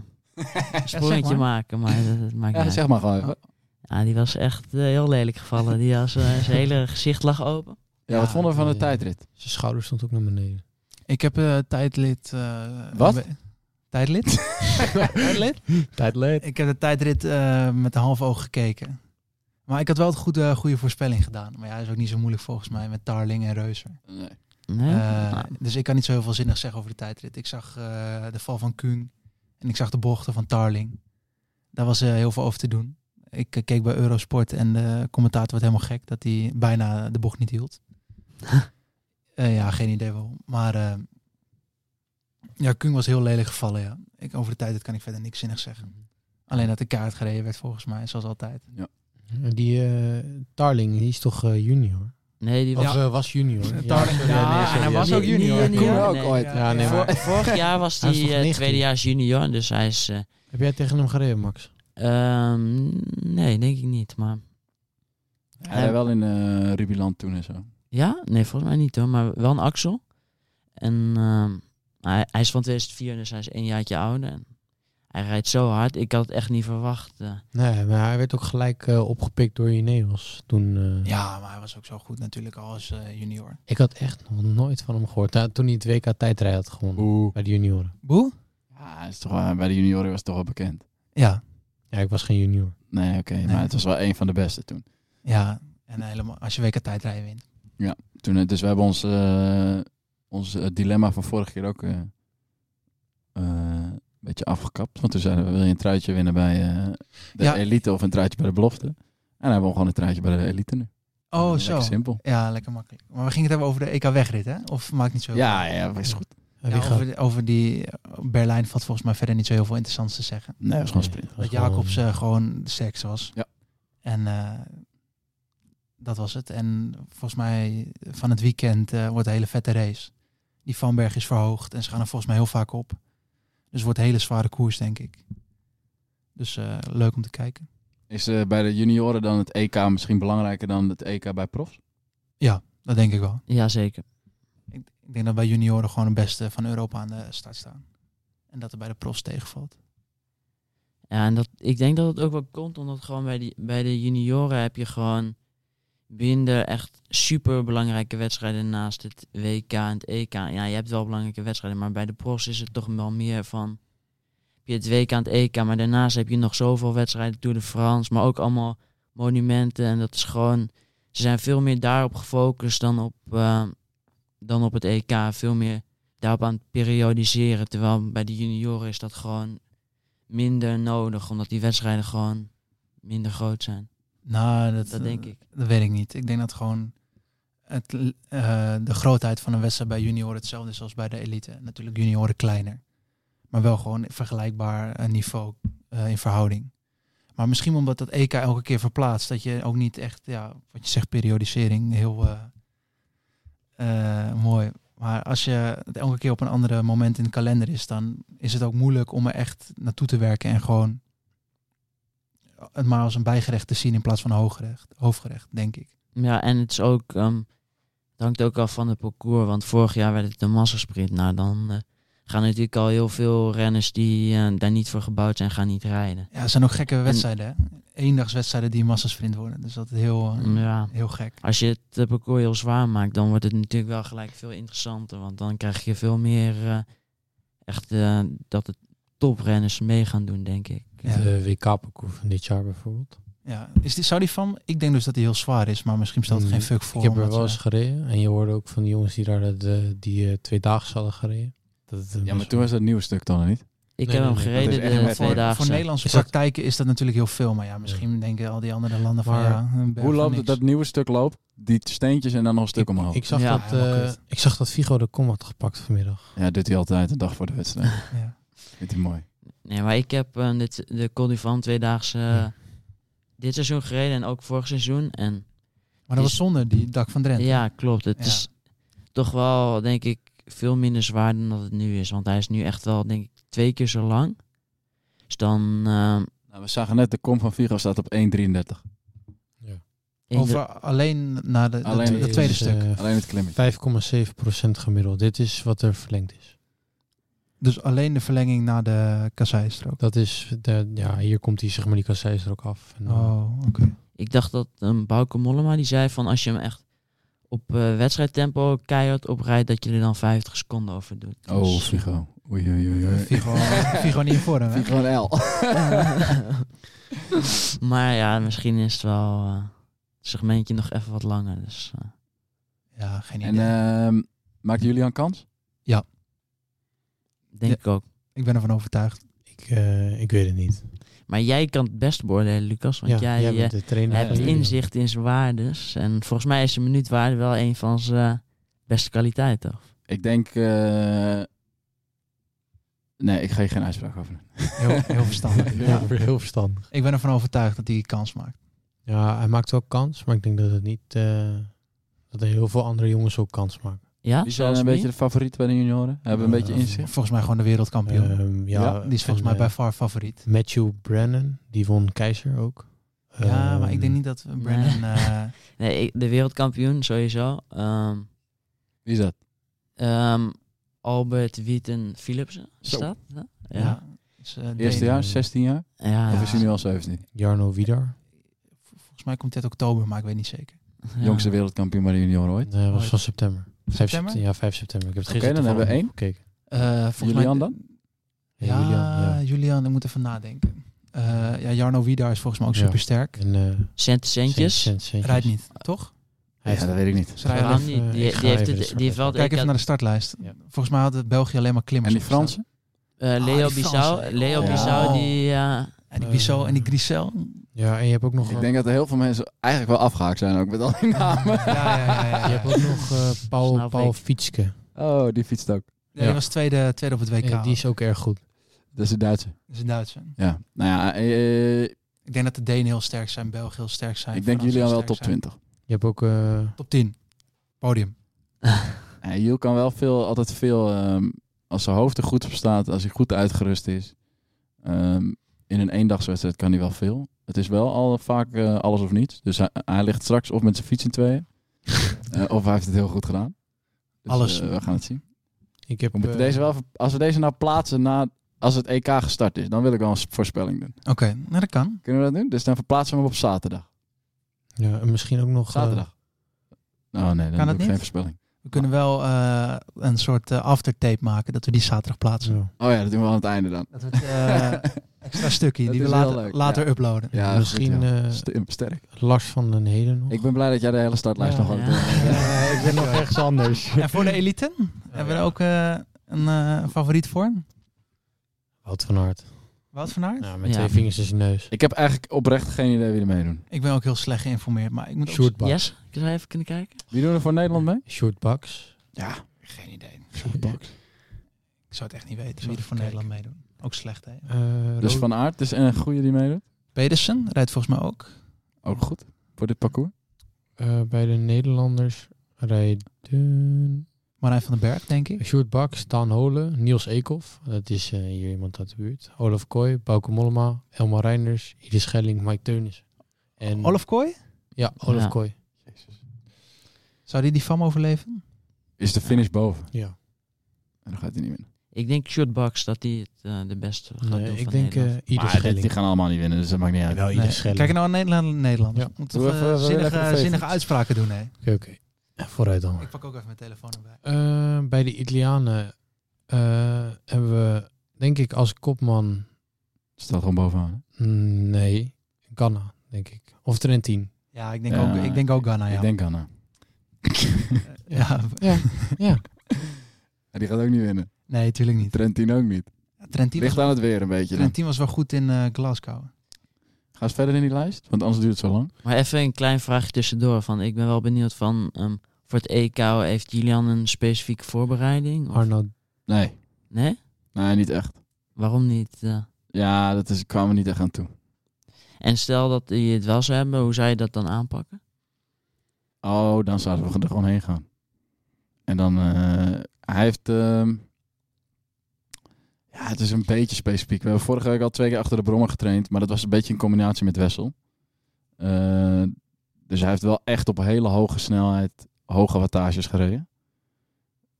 Speaker 7: sprongetje
Speaker 3: maar.
Speaker 7: maken, maar dat, dat maakt
Speaker 1: Ja,
Speaker 7: niet uit.
Speaker 1: zeg maar gewoon even.
Speaker 7: Ja, die was echt eh, heel lelijk gevallen. Die was, eh, zijn hele gezicht lag open.
Speaker 1: Ja, wat vonden we van de
Speaker 4: die-
Speaker 1: tijdrit?
Speaker 4: Zijn schouder stond ook naar beneden.
Speaker 3: Ik heb eh, tijdlid... eh,
Speaker 1: Wat?
Speaker 3: we- Tijdlid? tijdlid?
Speaker 4: Tijdlid.
Speaker 3: Ik heb de tijdrit eh, met een half oog gekeken. Maar ik had wel een goede, goede voorspelling gedaan. Maar ja, is ook niet zo moeilijk volgens mij met Tarling en Reuser.
Speaker 1: Nee.
Speaker 7: Nee?
Speaker 3: Eh,
Speaker 7: Nou,
Speaker 3: dus ik kan niet zo heel veel zinnig zeggen over de tijdrit. Ik zag eh, de val van Kuhn en ik zag de bochten van Tarling. Daar was eh, heel veel over te doen. Ik eh, keek bij Eurosport en de commentator werd helemaal gek dat hij bijna de bocht niet hield. Eh, ja, geen idee wel. Maar eh, ja, Kuhn was heel lelijk gevallen. Ja. Ik, over de tijdrit kan ik verder niks zinnig zeggen. Alleen dat de kaart gereden werd volgens mij, zoals altijd.
Speaker 4: Ja, Die eh, Tarling, die is toch eh, junior?
Speaker 7: nee, die
Speaker 4: Of
Speaker 7: was...
Speaker 4: eh, was junior?
Speaker 3: Tarling-
Speaker 4: sorry,
Speaker 3: ja,
Speaker 4: nee,
Speaker 3: en
Speaker 4: sorry,
Speaker 3: hij
Speaker 4: ja,
Speaker 3: was
Speaker 4: die-
Speaker 3: ook junior.
Speaker 7: niet
Speaker 1: Koen ook
Speaker 7: nee.
Speaker 1: ooit.
Speaker 4: Ja, nee, maar-
Speaker 7: Vorig jaar was
Speaker 4: Hij is
Speaker 7: hij
Speaker 4: toch
Speaker 7: eh
Speaker 4: 19?
Speaker 7: tweedejaars junior, dus hij is... eh,
Speaker 4: Heb jij tegen hem gereden, Max?
Speaker 7: ehm, nee, denk ik niet, maar...
Speaker 1: Hij reed wel in eh Rubiland toen en zo.
Speaker 7: Ja? Nee, volgens mij niet hoor, maar wel een Axel. En ehm, hij, hij is van 2004, dus hij is een jaartje ouder. En hij rijdt zo hard, ik had het echt niet verwacht. eh.
Speaker 4: Nee, maar hij werd ook gelijk eh, opgepikt door Ineos toen. eh,
Speaker 3: Ja, maar hij was ook zo goed natuurlijk als eh, junior.
Speaker 4: Ik had echt nog nooit van hem gehoord. Nou, toen hij het WK tijdrijden had gewonnen
Speaker 1: Oeh.
Speaker 4: bij de junioren.
Speaker 3: Boe?
Speaker 1: Ja, hij is toch, wel- bij de junioren was het toch wel bekend.
Speaker 3: Ja,
Speaker 4: Ja, ik was geen junior.
Speaker 1: Nee, oké.
Speaker 3: Nee.
Speaker 1: Maar het was wel een van de beste toen.
Speaker 3: Ja, en eh, helemaal, als je weken tijdrijden wint.
Speaker 1: toen eh, dus we hebben ons, eh, ons eh, dilemma van vorige keer ook eh, eh, een beetje afgekapt. Want toen zeiden we, wil je een truitje winnen bij eh, de
Speaker 3: Ja.
Speaker 1: elite of een truitje bij de belofte? En dan hebben we gewoon een truitje bij de elite nu.
Speaker 3: Oh,
Speaker 1: Lekker
Speaker 3: zo.
Speaker 1: simpel.
Speaker 3: Ja, lekker makkelijk. Maar we gingen het hebben over de EK-wegrit, hè? Of maakt niet zo heel
Speaker 1: Ja,
Speaker 3: veel?
Speaker 1: ja, dat is goed.
Speaker 4: En
Speaker 3: Ja,
Speaker 4: wie gaat-
Speaker 3: over, over die eh, Berlijn valt volgens mij verder niet zo heel veel interessants te zeggen.
Speaker 1: Nee, dat is gewoon sprint.
Speaker 4: was
Speaker 3: Dat
Speaker 4: gewoon-
Speaker 3: Jacobs eh, gewoon de sterkste was.
Speaker 1: Ja.
Speaker 3: En eh, dat was het. En volgens mij van het weekend eh, wordt een hele vette race. Die Vanberg is verhoogd en ze gaan er volgens mij heel vaak op. Dus het wordt een hele zware koers, denk ik. Dus eh, leuk om te kijken.
Speaker 1: Is eh, bij de junioren dan het EK misschien belangrijker dan het EK bij profs?
Speaker 3: Dat denk ik wel.
Speaker 7: Jazeker.
Speaker 3: Ik, ik denk dat bij junioren gewoon de beste van Europa aan de start staan. En dat er bij de profs tegenvalt.
Speaker 7: Ja, en dat, ik denk dat het ook wel komt omdat gewoon bij, die, bij de junioren heb je gewoon minder echt super belangrijke wedstrijden naast het WK en het EK. Ja, je hebt wel belangrijke wedstrijden, maar bij de pros is het toch wel meer van heb je het WK en het EK, maar daarnaast heb je nog zoveel wedstrijden Tour de France, maar ook allemaal monumenten en dat is gewoon ze zijn veel meer daarop gefocust dan op eh, dan op het EK, veel meer daarop aan het periodiseren, terwijl bij de junioren is dat gewoon minder nodig, omdat die wedstrijden gewoon minder groot zijn.
Speaker 3: Nou, dat,
Speaker 7: Dat denk ik.
Speaker 3: Dat weet ik niet. Ik denk dat gewoon het, l- eh, de grootheid van een wedstrijd bij junioren hetzelfde is als bij de elite. Natuurlijk junioren kleiner. Maar wel gewoon vergelijkbaar eh, niveau eh, in verhouding. Maar misschien omdat dat EK elke keer verplaatst. Dat je ook niet echt, ja, wat je zegt, periodisering heel eh, eh, mooi. Maar als je het elke keer op een andere moment in de kalender is, dan is het ook moeilijk om er echt naartoe te werken en gewoon het maar als een bijgerecht te zien in plaats van een hooggerecht, hoofdgerecht, denk ik.
Speaker 7: Ja, en het is ook, ehm, het hangt ook af van het parcours, want vorig jaar werd het de massasprint. Nou, dan eh, gaan natuurlijk al heel veel renners die eh, daar niet voor gebouwd zijn, gaan niet rijden.
Speaker 3: Ja, het zijn ook gekke wedstrijden, hè? Eendagswedstrijden die massasprint worden. Dus dat is heel, eh,
Speaker 7: Ja,
Speaker 3: heel gek.
Speaker 7: als je het eh, parcours heel zwaar maakt, dan wordt het natuurlijk wel gelijk veel interessanter, want dan krijg je veel meer eh, echt eh, dat de toprenners mee gaan doen, denk ik.
Speaker 3: Ja.
Speaker 4: De WK-parcours van dit jaar bijvoorbeeld.
Speaker 3: Ja. Is die, zou die van? Ik denk dus dat die heel zwaar is, maar misschien stelt het
Speaker 4: Mm,
Speaker 3: geen fuck voor.
Speaker 4: Ik heb er
Speaker 3: omdat eh,
Speaker 4: wel
Speaker 3: ze-
Speaker 4: eens gereden. En je hoorde ook van die jongens die daar de, die eh, twee dagen hadden gereden. Dat het, eh,
Speaker 1: Ja,
Speaker 4: best
Speaker 1: maar
Speaker 4: wel-
Speaker 1: toen was dat nieuws stuk dan niet.
Speaker 7: Ik
Speaker 4: Nee,
Speaker 7: heb hem
Speaker 4: nee, nee, dat
Speaker 1: is
Speaker 7: gereden
Speaker 1: echt
Speaker 7: de
Speaker 1: met-
Speaker 7: twee
Speaker 3: Voor
Speaker 7: dagen.
Speaker 3: Nederlandse
Speaker 4: Is dat-
Speaker 3: praktijken is dat natuurlijk heel veel, maar ja, misschien denken al die andere landen van
Speaker 4: Maar
Speaker 3: ja, een berg van
Speaker 1: Hoe loopt
Speaker 3: niks.
Speaker 1: het dat nieuwe stuk loopt? Die steentjes en dan nog een stuk omhoog.
Speaker 4: Ik zag,
Speaker 7: Ja,
Speaker 4: dat,
Speaker 3: helemaal
Speaker 4: eh,
Speaker 3: kut.
Speaker 4: ik zag dat Figo de kom had gepakt vanmiddag.
Speaker 1: Ja, doet hij altijd een dag voor de wedstrijd.
Speaker 3: Ja.
Speaker 1: Vindt hij mooi.
Speaker 7: Nee, maar ik heb eh, dit, de Col du Van tweedaagse eh,
Speaker 4: Ja.
Speaker 7: dit seizoen gereden en ook vorig seizoen. En
Speaker 3: Maar dat was
Speaker 7: is-
Speaker 3: zonder die dak van Drenthe.
Speaker 7: ja, klopt. Het
Speaker 3: Ja.
Speaker 7: is toch wel, denk ik, veel minder zwaar dan dat het nu is. Want hij is nu echt wel, denk ik, twee keer zo lang. Dus dan... ehm,
Speaker 1: Nou, we zagen net de kom van Vigo staat op 1,33.
Speaker 3: Over, alleen naar de, de-
Speaker 1: Alleen
Speaker 3: het
Speaker 1: het-
Speaker 3: tweede
Speaker 1: is,
Speaker 3: stuk.
Speaker 1: eh, alleen het klimmetje.
Speaker 4: 5,7% gemiddeld. Dit is wat er verlengd is.
Speaker 3: Dus alleen de verlenging naar de kasseistrook.
Speaker 4: Dat is, de, ja, hier komt hij zeg maar die kasseis er ook af. En, eh,
Speaker 3: Oh, oké.
Speaker 7: Ik dacht dat een Bauke Mollema die zei van als je hem echt op eh, wedstrijdtempo keihard oprijdt, dat je er dan 50 seconden over doet.
Speaker 1: Oh,
Speaker 7: Dus,
Speaker 1: Vigo. Oei, oei, oei. oei.
Speaker 3: Figo, Figo niet in vorm, hè?
Speaker 1: Figo een L.
Speaker 7: maar ja, misschien is het wel eh, het segmentje nog even wat langer. Dus, eh.
Speaker 3: Ja, geen idee.
Speaker 1: En ehm maakt Julian kans?
Speaker 7: Denk ik ook.
Speaker 3: Ik ben ervan overtuigd.
Speaker 4: Ik, eh, ik weet het niet.
Speaker 7: Maar jij kan het best beoordelen, Lucas. Want
Speaker 4: Ja,
Speaker 7: jij,
Speaker 4: jij bent
Speaker 7: eh,
Speaker 4: de trainer van
Speaker 7: hebt
Speaker 4: Julian.
Speaker 7: inzicht in zijn waardes. En volgens mij is zijn minuutwaarde wel een van zijn eh, beste kwaliteiten. toch?
Speaker 1: Ik denk... eh, Nee, ik ga je geen uitspraak over doen.
Speaker 3: Heel, heel verstandig.
Speaker 4: Ja,
Speaker 3: Ja.
Speaker 4: weer heel verstandig.
Speaker 3: Ik ben ervan overtuigd dat hij kans maakt.
Speaker 4: Ja, hij maakt ook kans, maar ik denk dat het niet... eh, dat er heel veel andere jongens ook kans maken.
Speaker 7: Ja,
Speaker 1: Die zijn
Speaker 7: zoals
Speaker 1: een beetje
Speaker 7: wie?
Speaker 1: de favoriet bij de junioren. Hebben een
Speaker 4: Eh,
Speaker 1: beetje inzicht.
Speaker 3: Volgens mij gewoon de wereldkampioen.
Speaker 4: Ehm, ja,
Speaker 1: Ja,
Speaker 3: die is
Speaker 4: en,
Speaker 3: volgens mij
Speaker 4: eh,
Speaker 3: bij far favoriet.
Speaker 4: Matthew Brennan, die won Keizer ook.
Speaker 3: ja,
Speaker 4: Ehm,
Speaker 3: maar ik denk niet dat Brandon... eh,
Speaker 7: Nee, ik- de wereldkampioen sowieso. Ehm,
Speaker 1: Wie is dat?
Speaker 7: ehm, Albert Wieten Philipsen is
Speaker 1: Zo.
Speaker 7: dat? Ja.
Speaker 3: ja.
Speaker 7: ja.
Speaker 3: Dus, eh,
Speaker 1: Eerste
Speaker 3: Deen-
Speaker 1: jaar, 16 jaar?
Speaker 7: Ja.
Speaker 1: Of is hij nu al 17?
Speaker 4: Jarno Widar.
Speaker 3: Volgens mij komt dit oktober, maar ik weet niet zeker.
Speaker 1: Jongste wereldkampioen bij de junioren ooit.
Speaker 4: Nee, was
Speaker 3: Ooit.
Speaker 4: van september. Vijf
Speaker 3: September?
Speaker 4: sept- ja, 5 september. Ik heb het
Speaker 1: Oké,
Speaker 4: gisteren
Speaker 1: dan hebben we
Speaker 4: toevallig gekeken.
Speaker 3: Eh, volgens
Speaker 1: Julian
Speaker 3: mij,
Speaker 1: dan?
Speaker 4: Ja,
Speaker 3: Ja,
Speaker 4: Julian, ja.
Speaker 3: Julian, ik moet even nadenken. Eh, ja, Jarno Wiedar is volgens mij ook
Speaker 4: Ja.
Speaker 3: supersterk.
Speaker 4: En, eh,
Speaker 7: Cent, centjes.
Speaker 4: Saint- Saint-
Speaker 3: Rijdt niet, toch?
Speaker 4: Hij heeft-
Speaker 1: Ja, dat weet ik niet.
Speaker 3: Ze rijden
Speaker 7: Waarom
Speaker 3: even-
Speaker 7: niet? Die,
Speaker 4: ik
Speaker 7: die
Speaker 4: ga
Speaker 7: heeft
Speaker 4: even
Speaker 7: het,
Speaker 4: de
Speaker 7: die heeft wel.
Speaker 3: Kijk
Speaker 7: ik
Speaker 3: even
Speaker 7: had-
Speaker 3: naar de startlijst.
Speaker 4: Ja.
Speaker 3: Volgens mij had België alleen maar
Speaker 1: En
Speaker 3: klimmers.
Speaker 1: die
Speaker 3: opgestaan.
Speaker 1: Fransen?
Speaker 7: eh,
Speaker 3: Ah,
Speaker 7: Leo
Speaker 3: die
Speaker 7: Bissau.
Speaker 3: Fransen.
Speaker 7: Leo
Speaker 4: Oh,
Speaker 1: Ja.
Speaker 7: Bissau die. eh,
Speaker 3: En die Bissot en die Grisel.
Speaker 4: Ja, en je hebt ook nog... eh,
Speaker 1: Ik denk dat er heel veel mensen eigenlijk wel afgehaakt zijn, ook met al die namen.
Speaker 3: Ja, ja, ja. ja, ja.
Speaker 4: Je hebt ook nog eh, Paul,
Speaker 7: Snap
Speaker 4: Paul
Speaker 7: ik.
Speaker 4: Fietske.
Speaker 3: eh,
Speaker 1: Oh, die fietst ook.
Speaker 3: Nee,
Speaker 4: Ja.
Speaker 3: Die was tweede, tweede op het WK.
Speaker 4: Ja, die is ook erg goed.
Speaker 1: Dat is een Duitser.
Speaker 3: Dat is een Duitser.
Speaker 1: Ja. Nou ja, eh,
Speaker 3: Ik denk dat de Denen heel sterk zijn, Belgen heel sterk zijn.
Speaker 1: ik denk
Speaker 3: Fransen
Speaker 1: Julian
Speaker 3: heel
Speaker 1: wel
Speaker 3: sterk
Speaker 1: top
Speaker 3: zijn.
Speaker 1: 20.
Speaker 4: Je hebt ook... eh,
Speaker 3: Top 10. Podium.
Speaker 1: Ja, Jul kan wel veel, altijd veel, ehm, als zijn hoofd er goed op staat, als hij goed uitgerust is. ehm, in een eendagswedstrijd kan hij wel veel. Het is wel al vaak eh, alles of niets. Dus hij, hij ligt straks of met zijn fiets in tweeën, eh, of hij heeft het heel goed gedaan. Dus,
Speaker 3: Alles.
Speaker 1: eh, we gaan het zien.
Speaker 4: ik heb,
Speaker 1: We moeten
Speaker 4: eh,
Speaker 1: deze wel, even- als we deze nou plaatsen na, als het EK gestart is, dan wil ik wel een voorspelling doen.
Speaker 3: Oké, nou dat kan.
Speaker 1: Kunnen we dat doen? Dus dan verplaatsen we hem op zaterdag.
Speaker 4: Ja, en misschien ook nog... eh,
Speaker 1: Zaterdag. Oh nee, dan
Speaker 3: Kan
Speaker 1: doe
Speaker 3: dat
Speaker 1: ik
Speaker 3: niet?
Speaker 1: geen voorspelling.
Speaker 3: We kunnen
Speaker 1: Ah.
Speaker 3: wel eh, een soort eh, aftertape maken dat we die zaterdag plaatsen.
Speaker 4: zo.
Speaker 1: Oh ja, dat doen we aan het einde dan.
Speaker 3: Dat we het eh, extra stukje
Speaker 1: Dat
Speaker 3: die we
Speaker 1: is heel
Speaker 3: later,
Speaker 1: leuk,
Speaker 3: later
Speaker 1: ja.
Speaker 3: uploaden.
Speaker 1: Ja,
Speaker 4: misschien
Speaker 1: goed, ja.
Speaker 4: eh,
Speaker 1: St- Sterk.
Speaker 4: Lars van den Heden nog.
Speaker 1: Ik ben blij dat jij de hele startlijst
Speaker 4: Ja,
Speaker 1: nog
Speaker 7: ja.
Speaker 1: had.
Speaker 4: Eh, ik ben nog ergens anders.
Speaker 3: En voor de elite hebben we er ook eh, een eh, favoriet voor.
Speaker 4: Wout van Aert.
Speaker 3: Wout van Aert?
Speaker 4: Ja, met
Speaker 7: Ja.
Speaker 4: twee vingers in zijn neus.
Speaker 1: Ik heb eigenlijk oprecht geen idee wie er meedoen.
Speaker 3: Ik ben ook heel slecht geïnformeerd, maar ik moet ook-
Speaker 4: Short Bucks.
Speaker 7: yes, ik zou even kunnen kijken.
Speaker 1: Wie doen er voor Nederland mee?
Speaker 4: Short Bucks.
Speaker 1: Ja.
Speaker 3: Geen idee. Ik zou het echt niet weten wie er voor Nederland meedoen. Ook slecht, hè?
Speaker 4: Eh,
Speaker 1: Dus
Speaker 4: Ro-
Speaker 1: Van Aert is een goede die meedoet.
Speaker 3: Pedersen rijdt volgens mij ook.
Speaker 1: Ook goed. Voor dit parcours.
Speaker 4: eh, bij de Nederlanders rijden...
Speaker 3: Marijn van den Berg, denk ik.
Speaker 4: Sjoerd Baks, Daan Holen, Niels Eekhoff. Dat is eh, hier iemand uit de buurt. Olaf Kooi, Bauke Mollema, Elmar Reinders, Iris Schelling, Mike Teunis. En,
Speaker 3: Olaf Kooi?
Speaker 4: Ja, Olaf
Speaker 7: Ja.
Speaker 4: Kooi.
Speaker 3: Zou die die fam overleven?
Speaker 1: Is de finish boven.
Speaker 4: Ja.
Speaker 1: En dan gaat hij niet winnen.
Speaker 7: Ik denk Shotbox dat die het eh, de beste gaat
Speaker 4: Nee,
Speaker 7: doen.
Speaker 4: ik
Speaker 7: van
Speaker 4: denk eh
Speaker 7: Nederland.
Speaker 4: Iris
Speaker 1: Maar dit- die
Speaker 4: Schelling.
Speaker 1: gaan allemaal niet winnen, dus dat maakt niet uit.
Speaker 4: Wel
Speaker 3: Nee.
Speaker 4: Iris Schelling.
Speaker 3: Kijk nou naar Nederland, Nederland.
Speaker 4: Ja.
Speaker 3: Moet
Speaker 1: Doe
Speaker 3: toch,
Speaker 1: even-
Speaker 3: eh,
Speaker 1: we willen even
Speaker 3: zinnige,
Speaker 1: favorites.
Speaker 3: zinnige uitspraken doen, hè?
Speaker 4: Oké, oké. Vooruit dan.
Speaker 3: Ik pak ook even mijn telefoon erbij.
Speaker 4: Eh, bij de Italianen eh, hebben we, denk ik, als kopman...
Speaker 1: Staat gewoon bovenaan. hè?
Speaker 4: mm, Nee, Ghana, denk ik. Of Trentin.
Speaker 3: Ja, ik denk,
Speaker 1: Ja,
Speaker 3: ook, ik denk ook Ghana, Nou ja.
Speaker 1: Ik denk Anna.
Speaker 3: ja.
Speaker 1: Ja, die gaat ook niet winnen.
Speaker 3: Nee, tuurlijk niet.
Speaker 1: Trentin ook niet.
Speaker 3: Trentin was,
Speaker 1: Ligt aan het weer een beetje. Dan.
Speaker 3: Trentin was wel goed in eh, Glasgow.
Speaker 1: Ga eens verder in die lijst, want anders duurt het zo lang.
Speaker 7: Maar even een klein vraagje tussendoor. Van, ik ben wel benieuwd van. ehm, voor het EK heeft Julian een specifieke voorbereiding? Of,
Speaker 4: Arno
Speaker 1: Nee,
Speaker 7: nee?
Speaker 1: nee, niet echt.
Speaker 7: Waarom niet? eh?
Speaker 1: Ja, dat is, kwamen we niet echt aan toe.
Speaker 7: En stel dat je het wel zou hebben, hoe zou je dat dan aanpakken?
Speaker 1: Oh, dan zouden we er gewoon heen gaan. En dan, eh, hij heeft, ehm, ja, het is een beetje specifiek. We hebben vorige week al twee keer achter de brommer getraind, maar dat was een beetje in combinatie met Wessel. Eh, dus hij heeft wel echt op hele hoge snelheid hoge wattages gereden.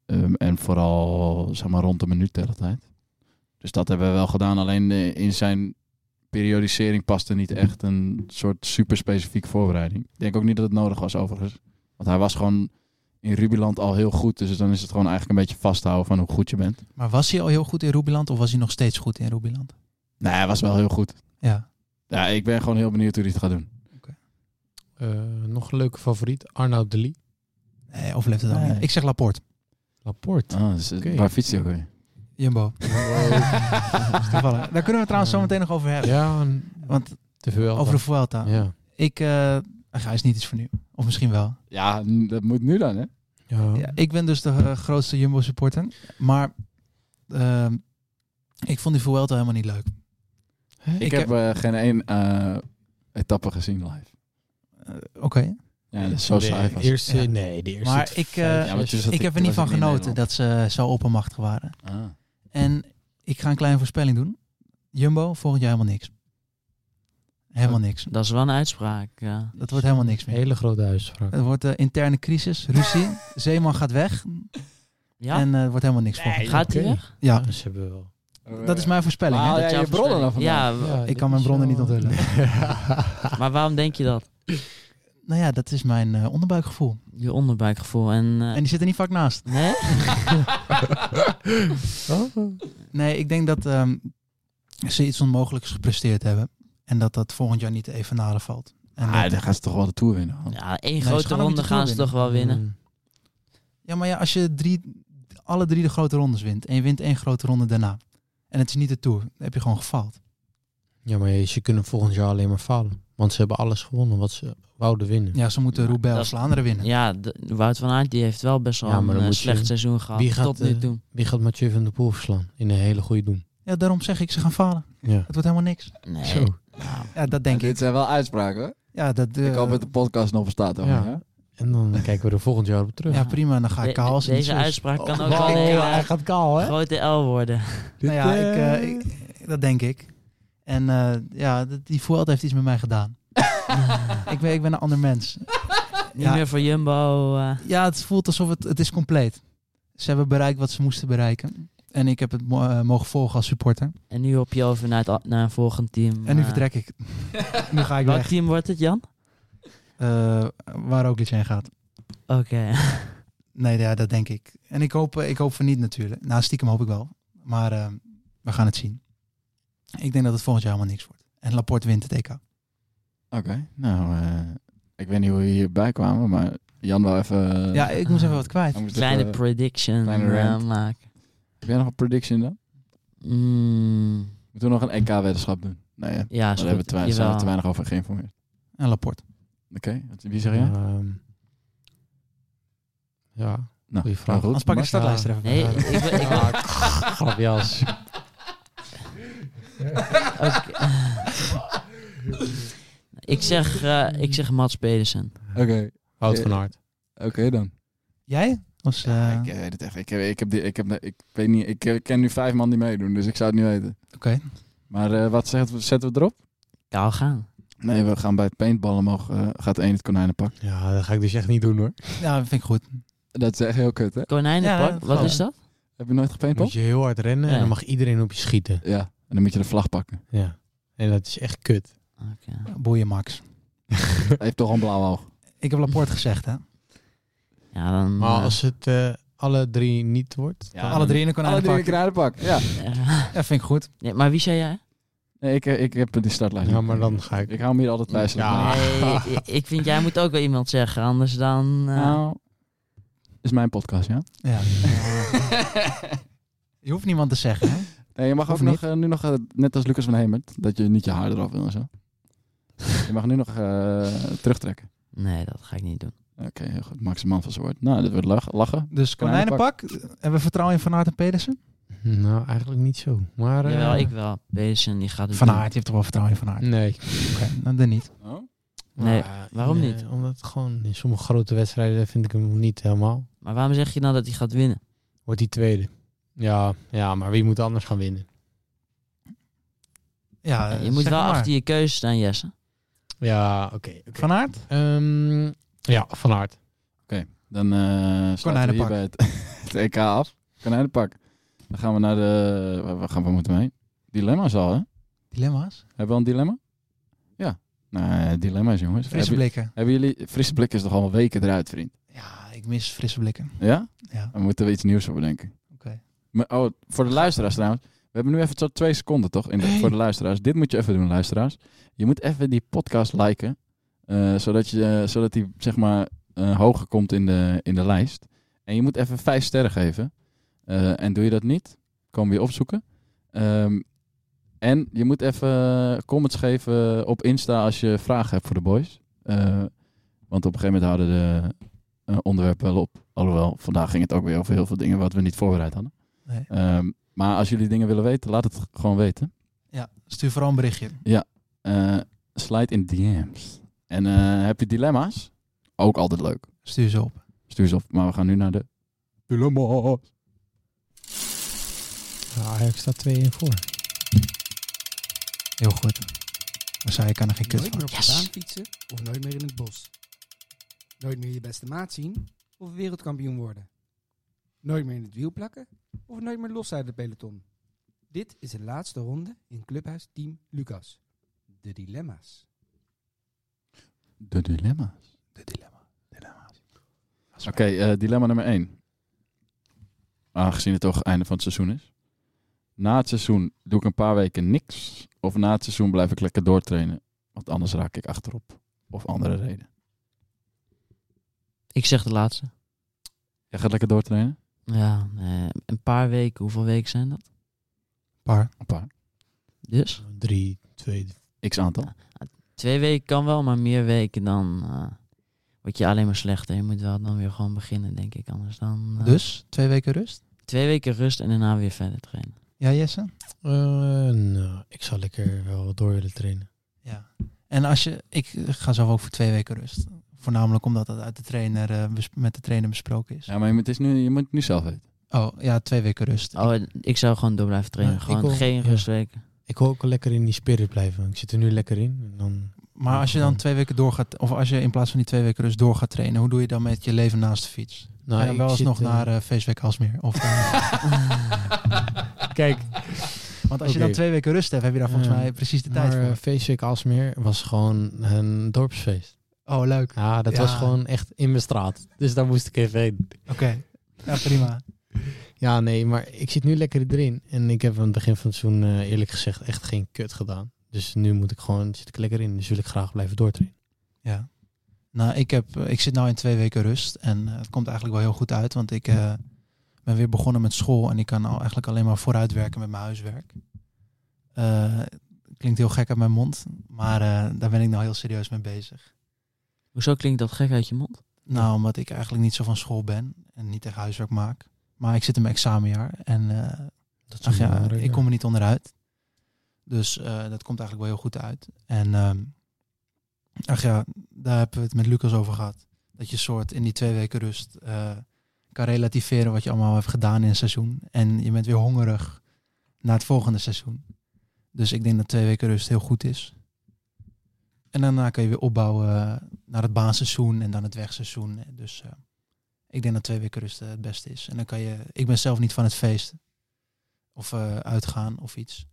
Speaker 1: Ehm, en vooral, zeg maar, rond de minuut de hele tijd. Dus dat hebben we wel gedaan, alleen eh, in zijn periodisering paste niet echt een soort super specifieke voorbereiding. Ik denk ook niet dat het nodig was overigens. Want hij was gewoon in Rubiland al heel goed. Dus dan is het gewoon eigenlijk een beetje vasthouden van hoe goed je bent.
Speaker 3: Maar was hij al heel goed in Rubiland of was hij nog steeds goed in Rubiland?
Speaker 1: Nee, hij was wel heel goed.
Speaker 3: Ja.
Speaker 1: Ja, ik ben gewoon heel benieuwd hoe hij het gaat doen.
Speaker 4: Eh, nog een leuke favoriet, Arnoud de Lee.
Speaker 3: Nee, of leeft het dan
Speaker 4: Nee.
Speaker 3: niet? Ik zeg Laporte.
Speaker 4: Laporte.
Speaker 1: Ah, dus, eh,
Speaker 4: Oké.
Speaker 1: Waar fietst hij ook weer?
Speaker 3: Jumbo. Is toevallig. Daar kunnen we het trouwens zo meteen nog over hebben.
Speaker 4: Ja, een-
Speaker 3: Want
Speaker 4: de Vuelta.
Speaker 3: over de Vuelta.
Speaker 4: Ja.
Speaker 3: Ik, eh ach, hij is niet iets voor nu. Of misschien wel.
Speaker 1: Ja, n- dat moet nu dan, hè?
Speaker 4: Ja.
Speaker 3: Ja, ik ben dus de eh, grootste Jumbo supporter. Maar ehm, ik vond die Vuelta helemaal niet leuk.
Speaker 1: Ik,
Speaker 3: Ik
Speaker 1: heb eh, geen één eh, etappe gezien live.
Speaker 3: Oké.
Speaker 1: Ja, dat is zo
Speaker 4: de
Speaker 1: saai was.
Speaker 4: Eerste,
Speaker 3: Ja.
Speaker 4: Nee, de eerste.
Speaker 3: Maar
Speaker 4: vijf,
Speaker 3: ik, eh,
Speaker 1: Ja, want je zat-
Speaker 3: ik heb er
Speaker 1: je
Speaker 3: niet
Speaker 1: was
Speaker 3: van
Speaker 1: niet in
Speaker 3: genoten
Speaker 1: Nederland.
Speaker 3: dat ze zo oppermachtig waren.
Speaker 1: Ah.
Speaker 3: En ik ga een kleine voorspelling doen. Jumbo, volgend jaar helemaal niks. Helemaal niks.
Speaker 7: Dat is wel een uitspraak, eh. ja.
Speaker 3: Dat wordt helemaal niks meer.
Speaker 4: Hele grote uitspraak.
Speaker 3: Het wordt eh, interne crisis, ruzie. Zeeman gaat weg.
Speaker 7: Ja?
Speaker 3: En eh, het wordt helemaal niks volgend jaar.
Speaker 7: Gaat hij
Speaker 4: Oké.
Speaker 7: weg?
Speaker 3: Ja,
Speaker 4: Ja, ze hebben wel.
Speaker 3: dat is mijn voorspelling. hè.
Speaker 1: Haal
Speaker 7: Dat
Speaker 1: jij
Speaker 7: jouw
Speaker 1: je bronnen dan
Speaker 7: voorspelling-
Speaker 1: vandaan?
Speaker 7: Ja,
Speaker 3: Ik kan mijn bronnen niet onthullen.
Speaker 7: wa- maar waarom denk je dat?
Speaker 3: Nou ja, dat is mijn eh, onderbuikgevoel.
Speaker 7: Je onderbuikgevoel en... eh,
Speaker 3: En die zit er niet vaak naast.
Speaker 7: Nee?
Speaker 3: Nee, ik denk dat ehm, ze iets onmogelijks gepresteerd hebben. En dat dat volgend jaar niet te evenaren valt. En
Speaker 1: Ah,
Speaker 3: dat-
Speaker 1: dan gaan ze toch wel de Tour winnen. man.
Speaker 7: Ja, één
Speaker 3: ze
Speaker 7: grote
Speaker 3: gaan ook niet
Speaker 7: ronde
Speaker 3: de
Speaker 7: gaan ze
Speaker 3: Tour
Speaker 7: toch wel winnen.
Speaker 4: Mm.
Speaker 3: Ja, maar ja, als je drie, alle drie de grote rondes wint. En je wint één grote ronde daarna. En het is niet de Tour. Dan heb je gewoon gefaald.
Speaker 4: Ja, maar je- ze kunnen volgend jaar alleen maar falen. Want ze hebben alles gewonnen wat ze wouden winnen.
Speaker 3: Ja, ze moeten Roubaix
Speaker 7: dat
Speaker 3: of
Speaker 7: is-
Speaker 3: Vlaanderen winnen.
Speaker 7: Ja, de- Wout van Aert die heeft wel best wel
Speaker 4: Ja, maar
Speaker 7: een
Speaker 4: dan
Speaker 7: eh,
Speaker 4: moet je-
Speaker 7: slecht seizoen gehad.
Speaker 4: Wie gaat,
Speaker 7: tot nu
Speaker 4: eh,
Speaker 7: toe.
Speaker 4: Wie gaat Mathieu van der Poel verslaan? In een hele goede doen.
Speaker 3: Ja, daarom zeg ik, ze gaan falen.
Speaker 4: Ja.
Speaker 3: Het wordt helemaal niks.
Speaker 7: Nee.
Speaker 4: Zo.
Speaker 3: Ja, dat denk ik.
Speaker 1: Dit zijn wel uitspraken, hoor.
Speaker 3: Ja, dat, eh,
Speaker 1: ik hoop dat de podcast nog bestaat. hoor.
Speaker 4: Ja.
Speaker 1: Ja.
Speaker 4: En dan kijken we er volgend jaar op terug.
Speaker 3: ja, prima. Dan ga ik
Speaker 7: De-
Speaker 3: kaal
Speaker 7: de-
Speaker 3: zien.
Speaker 7: deze
Speaker 3: Zus.
Speaker 7: uitspraak kan
Speaker 4: Oh,
Speaker 7: ook wel een
Speaker 4: hij-
Speaker 7: hele
Speaker 4: hij gaat kaal, hè?
Speaker 7: grote L worden.
Speaker 3: Nou ja, ik, eh, ik- dat denk ik. En eh, ja, d- die Vuelta heeft iets met mij gedaan. ik, ben, ik ben een ander mens.
Speaker 7: Niet
Speaker 3: Ja.
Speaker 7: meer voor Jumbo. eh,
Speaker 3: Ja, het voelt alsof het, het is compleet. Ze hebben bereikt wat ze moesten bereiken. En ik heb het mo- eh, mogen volgen als supporter.
Speaker 7: en nu op je over naar, het, a- naar een volgend team.
Speaker 3: En nu
Speaker 7: eh.
Speaker 3: vertrek ik. nu ga ik
Speaker 7: Welk
Speaker 3: weg.
Speaker 7: team wordt het, Jan?
Speaker 3: Eh, waar ook iets heen gaat.
Speaker 7: Oké.
Speaker 3: Nee, ja, dat denk ik. En ik hoop, eh, ik hoop van niet natuurlijk. Nou, stiekem hoop ik wel. Maar eh, we gaan het zien. Ik denk dat het volgend jaar helemaal niks wordt. En Laporte wint het EK.
Speaker 1: Oké, nou, eh, ik weet niet hoe we hierbij kwamen, maar Jan wou even... eh,
Speaker 3: ja, ik moest even wat kwijt.
Speaker 1: hij moest
Speaker 7: Kleine
Speaker 1: even-
Speaker 7: prediction
Speaker 1: eh, kleine
Speaker 7: eh,
Speaker 1: rant.
Speaker 7: maken.
Speaker 1: Heb jij nog een prediction dan?
Speaker 7: Mm,
Speaker 1: Moeten we nog een EK-weddenschap doen? Nee, hè?
Speaker 7: ja, is
Speaker 1: daar
Speaker 7: goed.
Speaker 1: hebben we te, weinig- zijn we
Speaker 7: Jawel.
Speaker 1: te weinig over geïnformeerd.
Speaker 3: En Laporte.
Speaker 1: Oké, wat- wie zeg jij?
Speaker 4: Ehm, ja,
Speaker 1: Nou,
Speaker 4: goeie vraag.
Speaker 1: nou goed.
Speaker 3: Anders pak ik de
Speaker 1: Mark?
Speaker 3: startlijst er even bij.
Speaker 7: Nee, ik, wil- ik, wil-
Speaker 4: Ah, grapjas.
Speaker 7: ik, zeg, eh, ik zeg Mats Pedersen.
Speaker 1: Oké,
Speaker 4: Wout van Aert.
Speaker 1: oké dan.
Speaker 3: Jij? Als, eh,
Speaker 1: Ja, ik weet het echt. Ik, heb, ik, heb, die- ik, heb, ik weet niet, ik, eh, ken nu vijf man die meedoen, dus ik zou het niet weten.
Speaker 3: Oké.
Speaker 1: Maar eh, wat zegt, zetten we erop?
Speaker 7: Kaal gaan.
Speaker 1: Nee, we gaan bij het paintballen omhoog, eh, gaat één het konijnenpak.
Speaker 4: Ja, dat ga ik dus echt niet doen hoor.
Speaker 3: Ja, dat vind ik goed.
Speaker 1: Dat is echt heel kut, hè?
Speaker 7: Konijnenpak,
Speaker 3: Ja,
Speaker 7: wat
Speaker 3: gewoon.
Speaker 7: is dat?
Speaker 1: Heb je nooit
Speaker 4: Dan moet
Speaker 1: gepaintbald?
Speaker 4: je heel hard rennen
Speaker 7: Ja.
Speaker 4: en dan mag iedereen op je schieten.
Speaker 1: Ja, en dan moet je de vlag pakken.
Speaker 4: Ja. En dat is echt kut.
Speaker 7: Oké.
Speaker 3: Boeien, Max.
Speaker 1: Hij heeft toch een blauw oog.
Speaker 3: Ik heb Laporte gezegd, hè?
Speaker 7: Ja, dan...
Speaker 4: Maar
Speaker 7: eh,
Speaker 4: als het eh, alle drie niet wordt,
Speaker 1: Ja,
Speaker 4: dan-
Speaker 3: Alle drie in een
Speaker 1: Alle drie een
Speaker 3: konijnenpak.
Speaker 1: konijnenpak, ja.
Speaker 7: eh,
Speaker 3: Ja, vind ik goed.
Speaker 7: nee, maar wie zei jij?
Speaker 1: Nee, ik, eh, ik heb die startlijst.
Speaker 4: Ja,
Speaker 1: niet.
Speaker 4: maar dan ga ik.
Speaker 1: Ik hou hem hier altijd bij. zodat
Speaker 4: Ja.
Speaker 1: ik-
Speaker 4: Ah.
Speaker 7: Nee, ik- ik vind jij moet ook wel iemand zeggen, anders dan... eh,
Speaker 1: Nou, is mijn podcast, ja?
Speaker 3: Ja. je hoeft niemand te zeggen, hè?
Speaker 1: Nee, je mag
Speaker 3: Of
Speaker 1: ook nog, eh, nu nog, eh, net als Lucas van Hemert, dat je niet je haar eraf wil en zo. je mag nu nog eh, terugtrekken.
Speaker 7: Nee, dat ga ik niet doen.
Speaker 1: Oké, heel goed. Max man van zijn woord. Nou, dit wordt lach- lachen.
Speaker 3: Dus
Speaker 1: Konijnenpak.
Speaker 3: konijnenpak. Hebben we vertrouwen in Van Aert en Pedersen?
Speaker 4: Nou, eigenlijk niet zo. Maar. eh,
Speaker 7: Jawel, ik wel. Pedersen, die gaat het
Speaker 3: Van
Speaker 7: doen.
Speaker 3: Aert, je hebt toch wel vertrouwen in Van Aert?
Speaker 4: Nee.
Speaker 3: Oké, nou, dan dan niet.
Speaker 1: Oh?
Speaker 7: Nee,
Speaker 4: Maar,
Speaker 7: waarom
Speaker 4: eh,
Speaker 7: niet?
Speaker 4: Omdat gewoon in sommige grote wedstrijden vind ik hem niet helemaal.
Speaker 7: Maar waarom zeg je nou dat hij gaat winnen?
Speaker 4: Wordt die tweede. Ja, ja, maar wie moet anders gaan winnen?
Speaker 3: Ja,
Speaker 7: Ja,
Speaker 3: eh,
Speaker 7: je moet
Speaker 3: zeg
Speaker 7: wel
Speaker 3: maar.
Speaker 7: achter je keuze staan, Jesse.
Speaker 4: Ja, oké. oké.
Speaker 3: Van Aert?
Speaker 4: Ehm, ja, van Aert.
Speaker 1: Oké, dan eh sluiten we
Speaker 3: Konijnenpak.
Speaker 1: hierbij het, het EK af. Konijnenpak. Dan gaan we naar de... Waar, waar gaan we moeten we heen? Dilemma's al, hè?
Speaker 3: Dilemma's?
Speaker 1: Hebben we al een dilemma? Ja. Nee, dilemma's, jongens.
Speaker 3: Frisse
Speaker 1: Hebben-
Speaker 3: blikken.
Speaker 1: Hebben jullie... Frisse blikken is toch al weken eruit, vriend?
Speaker 3: Ja, ik mis frisse blikken.
Speaker 1: Ja?
Speaker 3: Ja.
Speaker 1: Dan moeten we iets nieuws voor bedenken.
Speaker 3: Oké.
Speaker 1: Maar, oh, voor de luisteraars trouwens. We hebben nu even zo twee seconden, toch? In de-
Speaker 3: Hey.
Speaker 1: Voor de luisteraars. Dit moet je even doen, luisteraars. Je moet even die podcast liken. eh, zodat, je, eh, zodat die, zeg maar, eh, hoger komt in de, in de lijst. En je moet even vijf sterren geven. Eh, en doe je dat niet, komen we je opzoeken. Ehm, en je moet even eh, comments geven op Insta als je vragen hebt voor de boys. Eh, want op een gegeven moment houden de eh, onderwerpen wel op. Alhoewel, vandaag ging het ook weer over heel veel dingen wat we niet voorbereid hadden.
Speaker 3: Nee.
Speaker 1: Ehm, maar als jullie dingen willen weten, laat het g- gewoon weten.
Speaker 3: Ja, stuur vooral een berichtje.
Speaker 1: Ja, eh, slide in DM's. En eh, heb je dilemma's? Ook altijd leuk.
Speaker 3: Stuur ze op.
Speaker 1: Stuur ze op. Maar we gaan nu naar de dilemma's.
Speaker 4: Ja, Ajax staat 2-1 voor.
Speaker 3: Heel goed. Maar zij kan er geen kut
Speaker 13: Nooit meer
Speaker 3: van.
Speaker 13: op de baan fietsen of nooit meer in het bos. Nooit meer je beste maat zien of wereldkampioen worden. Nooit meer in het wiel plakken of nooit meer los uit het peloton. Dit is de laatste ronde in Clubhuis Team Lucas. De dilemma's.
Speaker 1: De dilemma's. De dilemma's. Oké, eh, dilemma nummer 1. Aangezien het toch het einde van het seizoen is. Na het seizoen doe ik een paar weken niks. Of na het seizoen blijf ik lekker doortrainen. Want anders raak ik achterop. Of andere reden.
Speaker 7: Ik zeg de laatste.
Speaker 1: Jij gaat lekker doortrainen?
Speaker 7: Ja, eh, een paar weken. Hoeveel weken zijn dat?
Speaker 3: Paar.
Speaker 1: Een paar.
Speaker 7: Dus?
Speaker 4: Drie, twee,
Speaker 1: X aantal.
Speaker 7: Twee weken kan wel, maar meer weken dan eh, word je alleen maar slechter. Je moet wel dan weer gewoon beginnen, denk ik. Anders dan... eh,
Speaker 3: Dus, twee weken rust.
Speaker 7: Twee weken rust en daarna weer verder trainen.
Speaker 3: Ja, Jesse?
Speaker 4: Eh, nou, ik zou lekker wel wat door willen trainen.
Speaker 3: Ja. En als je, ik ga zelf ook voor twee weken rust. Voornamelijk omdat dat uit de trainer, eh, bes- met de trainer besproken is.
Speaker 1: Ja, maar het is nu, je moet het nu zelf weten.
Speaker 3: Oh, ja, twee weken rust.
Speaker 7: Oh, en ik zou gewoon door blijven trainen.
Speaker 4: Ja, ik
Speaker 7: gewoon
Speaker 4: ook.
Speaker 7: geen
Speaker 4: Ja.
Speaker 7: rustweken.
Speaker 4: Ik wil ook lekker in die spirit blijven. Ik zit er nu lekker in. En dan,
Speaker 3: Maar als je dan twee weken doorgaat, of als je in plaats van die twee weken rust door gaat trainen, hoe doe je dan met je leven naast de fiets?
Speaker 4: Nou,
Speaker 3: Ga je
Speaker 4: ik
Speaker 3: wel
Speaker 4: zit,
Speaker 3: alsnog
Speaker 4: eh,
Speaker 3: naar eh, feestweek Alsmeer? Of, eh,
Speaker 4: Kijk,
Speaker 3: want als je
Speaker 4: Oké.
Speaker 3: dan twee weken rust hebt, heb je daar volgens
Speaker 4: Ja.
Speaker 3: mij precies de tijd
Speaker 4: maar eh,
Speaker 3: voor.
Speaker 4: Feestweek Alsmeer was gewoon een dorpsfeest.
Speaker 3: Oh, leuk.
Speaker 4: Ja, dat
Speaker 3: Ja.
Speaker 4: was gewoon echt in mijn straat. Dus daar moest ik even heen.
Speaker 3: Oké. Ja, prima.
Speaker 4: Ja, nee, maar ik zit nu lekker erin. En ik heb aan het begin van het seizoen eh, eerlijk gezegd echt geen kut gedaan. Dus nu moet ik gewoon, zit ik lekker in. Dus wil ik graag blijven doortrainen.
Speaker 3: Ja. Nou, ik, heb, eh, ik zit nu in twee weken rust en eh, het komt eigenlijk wel heel goed uit, want ik eh, ben weer begonnen met school en ik kan al eigenlijk alleen maar vooruitwerken met mijn huiswerk. Eh, klinkt heel gek uit mijn mond, maar eh, daar ben ik nou heel serieus mee bezig.
Speaker 7: Hoezo klinkt dat gek uit je mond?
Speaker 3: Nou, omdat ik eigenlijk niet zo van school ben en niet echt huiswerk maak. Maar ik zit in mijn examenjaar en eh,
Speaker 4: Dat is
Speaker 3: Ach ja,
Speaker 4: belangrijk,
Speaker 3: ik kom er niet onderuit. Dus eh, dat komt eigenlijk wel heel goed uit. En ehm ach ja, daar hebben we het met Lucas over gehad. Dat je soort in die twee weken rust eh, kan relativeren wat je allemaal hebt gedaan in een seizoen. En je bent weer hongerig naar het volgende seizoen. Dus ik denk dat twee weken rust heel goed is. En daarna kan je weer opbouwen naar het baanseizoen en dan het wegseizoen. Dus eh, ik denk dat twee weken rust eh, het beste is. En dan kan je, ik ben zelf niet van het feest of eh, uitgaan of iets.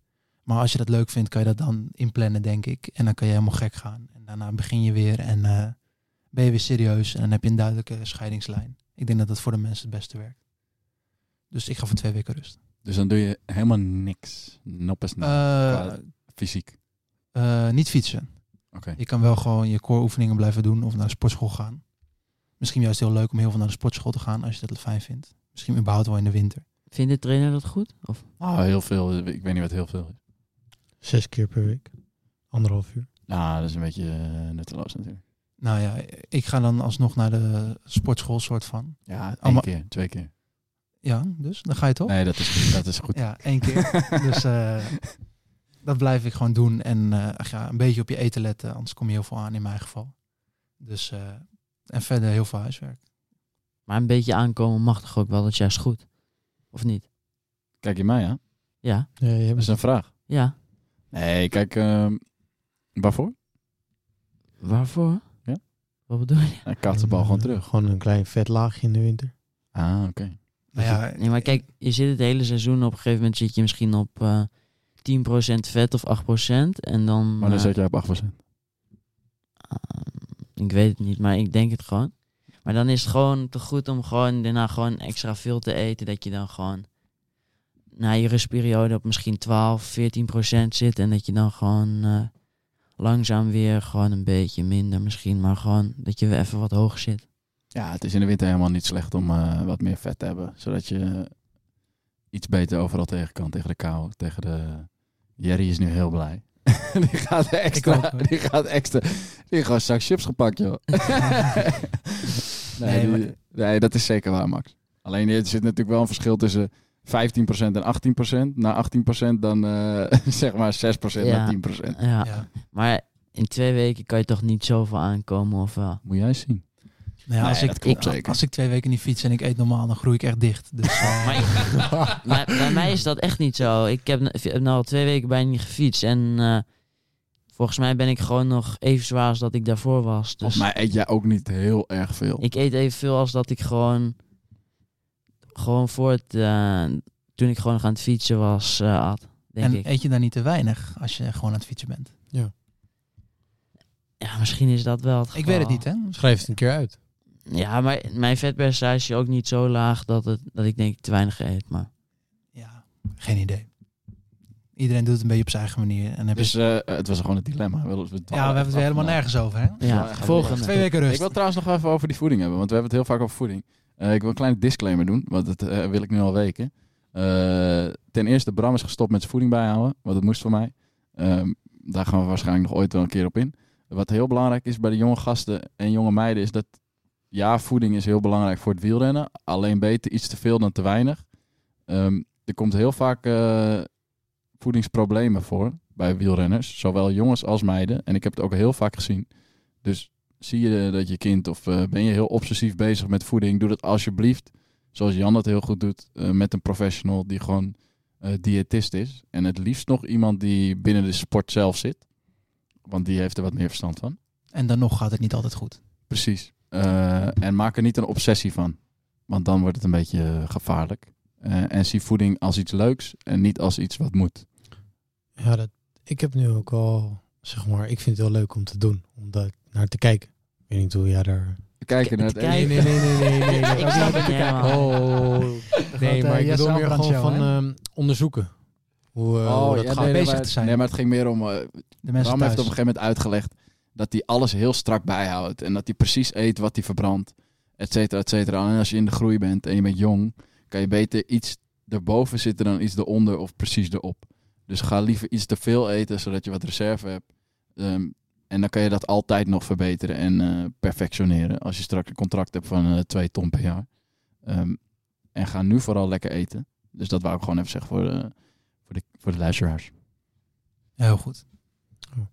Speaker 3: Maar als je dat leuk vindt, kan je dat dan inplannen, denk ik. En dan kan je helemaal gek gaan. En daarna begin je weer en eh, ben je weer serieus. En dan heb je een duidelijke scheidingslijn. Ik denk dat dat voor de mensen het beste werkt. Dus ik ga voor twee weken rust.
Speaker 1: Dus dan doe je helemaal niks. Noppes na.
Speaker 3: Eh,
Speaker 1: Qua fysiek.
Speaker 3: eh, niet fietsen.
Speaker 1: Oké.
Speaker 3: Je kan wel gewoon je core oefeningen blijven doen of naar de sportschool gaan. Misschien juist heel leuk om heel veel naar de sportschool te gaan als je dat fijn vindt. Misschien überhaupt wel in de winter.
Speaker 7: Vindt de trainer dat goed? Of?
Speaker 1: Oh, heel veel. Ik weet niet wat heel veel is.
Speaker 4: Zes keer per week. Anderhalf uur.
Speaker 1: Nou, dat is een beetje eh, nutteloos natuurlijk.
Speaker 3: Nou ja, ik ga dan alsnog naar de sportschool soort van.
Speaker 1: Ja, één
Speaker 3: Allemaal-
Speaker 1: keer, twee keer.
Speaker 3: Ja, dus dan ga je toch?
Speaker 1: Nee, dat is, dat is goed.
Speaker 3: Ja, één keer. dus eh, dat blijf ik gewoon doen. En eh, ach ja, een beetje op je eten letten, anders kom je heel veel aan in mijn geval. Dus eh, en verder heel veel huiswerk.
Speaker 7: Maar een beetje aankomen mag toch ook wel, dat is juist goed. Of niet?
Speaker 1: Kijk je mij aan?
Speaker 7: Ja.
Speaker 4: Ja, je
Speaker 1: Dat
Speaker 4: hebt
Speaker 1: is een vraag.
Speaker 7: Ja.
Speaker 1: Nee, kijk, ehm, waarvoor?
Speaker 7: Waarvoor?
Speaker 1: Ja.
Speaker 7: Wat bedoel je?
Speaker 1: Hij kaatst de bal gewoon terug.
Speaker 4: Eh, Gewoon een klein vet laagje in de winter.
Speaker 1: Ah, oké.
Speaker 3: Nou ja,
Speaker 7: Nee, maar kijk, je zit het hele seizoen. Op een gegeven moment zit je misschien op eh 10% vet of 8%. En dan...
Speaker 1: Maar dan
Speaker 7: eh,
Speaker 1: zet jij op 8%.
Speaker 7: Ehm, Ik weet het niet, maar ik denk het gewoon. Maar dan is het gewoon te goed om gewoon daarna gewoon extra veel te eten. Dat je dan gewoon na je rustperiode op misschien 12, 14 procent zit. En dat je dan gewoon eh, langzaam weer gewoon een beetje minder misschien. Maar gewoon dat je weer even wat hoger zit.
Speaker 1: Ja, het is in de winter helemaal niet slecht om eh, wat meer vet te hebben. Zodat je eh, iets beter overal tegen kan. Tegen de kou, tegen de... Jerry is nu heel blij. die gaat
Speaker 3: Ik
Speaker 1: extra.
Speaker 3: ook, hoor.
Speaker 1: die gaat extra. Die heeft gewoon een zak chips gepakt, joh. nee,
Speaker 3: Nee,
Speaker 1: die-
Speaker 3: maar-
Speaker 1: nee, dat is zeker waar, Max. Alleen er zit natuurlijk wel een verschil tussen 15% en 18%. Na 18% dan eh, zeg maar 6%
Speaker 7: Ja.
Speaker 1: naar 10%.
Speaker 7: Ja.
Speaker 3: ja. Nou
Speaker 7: Maar in twee weken kan je toch niet zoveel aankomen of wel?
Speaker 1: Moet jij zien.
Speaker 3: Nou ja,
Speaker 1: Nee,
Speaker 3: als,
Speaker 1: dat
Speaker 3: ik,
Speaker 1: klopt
Speaker 3: ik-
Speaker 1: zeker.
Speaker 3: als ik twee weken niet fiets en ik eet normaal, dan groei ik echt dicht. Dus, eh,
Speaker 7: Maar Maar bij mij is dat echt niet zo. Ik heb, n- heb nu al twee weken bijna niet gefietst. En eh, volgens mij ben ik gewoon nog even zwaar als dat ik daarvoor was. Dus
Speaker 1: Volgens mij eet jij ook niet heel erg veel.
Speaker 7: ik eet evenveel als dat ik gewoon... Gewoon voor het... eh, toen ik gewoon aan het fietsen was, eh at. Denk
Speaker 3: en
Speaker 7: ik.
Speaker 3: eet je dan niet te weinig als je gewoon aan het fietsen bent?
Speaker 7: Ja, misschien is dat wel het
Speaker 3: Ik weet het
Speaker 7: geval.
Speaker 3: niet, hè?
Speaker 4: Schrijf het een keer uit.
Speaker 7: Ja, maar mijn vetpercentage is ook niet zo laag dat, het, dat ik denk ik te weinig eet. Maar
Speaker 3: Ja, geen idee. Iedereen doet het een beetje op zijn eigen manier. En heb
Speaker 1: Dus
Speaker 3: je...
Speaker 1: eh, het was gewoon een dilemma. We, we dwalen
Speaker 3: Ja, we hebben het weer
Speaker 1: echt af
Speaker 3: helemaal
Speaker 1: vandaag.
Speaker 3: nergens over, hè?
Speaker 1: Ja,
Speaker 7: ja,
Speaker 1: echt
Speaker 7: volgende.
Speaker 3: Twee weken rust.
Speaker 1: Ik wil trouwens nog even over die voeding hebben, want we hebben het heel vaak over voeding. Eh, ik wil een kleine disclaimer doen, want dat eh, wil ik nu al weken. Eh, ten eerste, Bram is gestopt met zijn voeding bijhouden, want dat moest voor mij. Ehm, daar gaan we waarschijnlijk nog ooit wel een keer op in. Wat heel belangrijk is bij de jonge gasten en jonge meiden is dat... Ja, voeding is heel belangrijk voor het wielrennen. Alleen beter iets te veel dan te weinig. Ehm, er komt heel vaak eh, voedingsproblemen voor bij wielrenners. Zowel jongens als meiden. En ik heb het ook heel vaak gezien. Dus zie je eh, dat je kind of eh, ben je heel obsessief bezig met voeding, doe dat alsjeblieft, zoals Jan dat heel goed doet, eh, met een professional die gewoon eh, diëtist is. En het liefst nog iemand die binnen de sport zelf zit, want die heeft er wat meer verstand van.
Speaker 3: En dan nog gaat het niet altijd goed.
Speaker 1: Precies. Eh, en maak er niet een obsessie van, want dan wordt het een beetje eh, gevaarlijk. Eh, en zie voeding als iets leuks en niet als iets wat moet.
Speaker 4: Ja, dat, ik heb nu ook al, zeg maar, ik vind het heel leuk om te doen. Om daar naar te kijken. Ik weet niet hoe jij daar...
Speaker 1: We kijken naar het
Speaker 7: Kijk.
Speaker 1: ene.
Speaker 7: nee, nee, nee, nee, nee.
Speaker 4: Ook niet
Speaker 7: het
Speaker 4: te
Speaker 7: niet
Speaker 4: kijken.
Speaker 7: helemaal.
Speaker 4: Oh. Nee, maar ik
Speaker 3: Jesse
Speaker 4: bedoel meer
Speaker 3: Albrandt
Speaker 4: gewoon
Speaker 3: show,
Speaker 4: van ehm, onderzoeken. Hoe, eh, hoe dat
Speaker 1: ja,
Speaker 4: gaat.
Speaker 1: nee, Oh, nee,
Speaker 3: bezig
Speaker 1: maar-
Speaker 3: te zijn.
Speaker 1: Nee, maar het ging meer om eh,
Speaker 3: De mensen
Speaker 1: Bram
Speaker 3: thuis.
Speaker 1: heeft op een gegeven moment uitgelegd dat hij alles heel strak bijhoudt. En dat hij precies eet wat hij verbrandt, et cetera, et cetera. En als je in de groei bent en je bent jong, kan je beter iets erboven zitten dan iets eronder of precies erop. Dus ga liever iets te veel eten, zodat je wat reserve hebt. Ehm, en dan kan je dat altijd nog verbeteren en eh, perfectioneren. Als je straks een contract hebt van eh, twee ton per jaar. Ehm, en ga nu vooral lekker eten. Dus dat wou ik gewoon even zeggen voor de, voor de, voor de luisteraars.
Speaker 3: Ja, heel goed.
Speaker 1: Oh.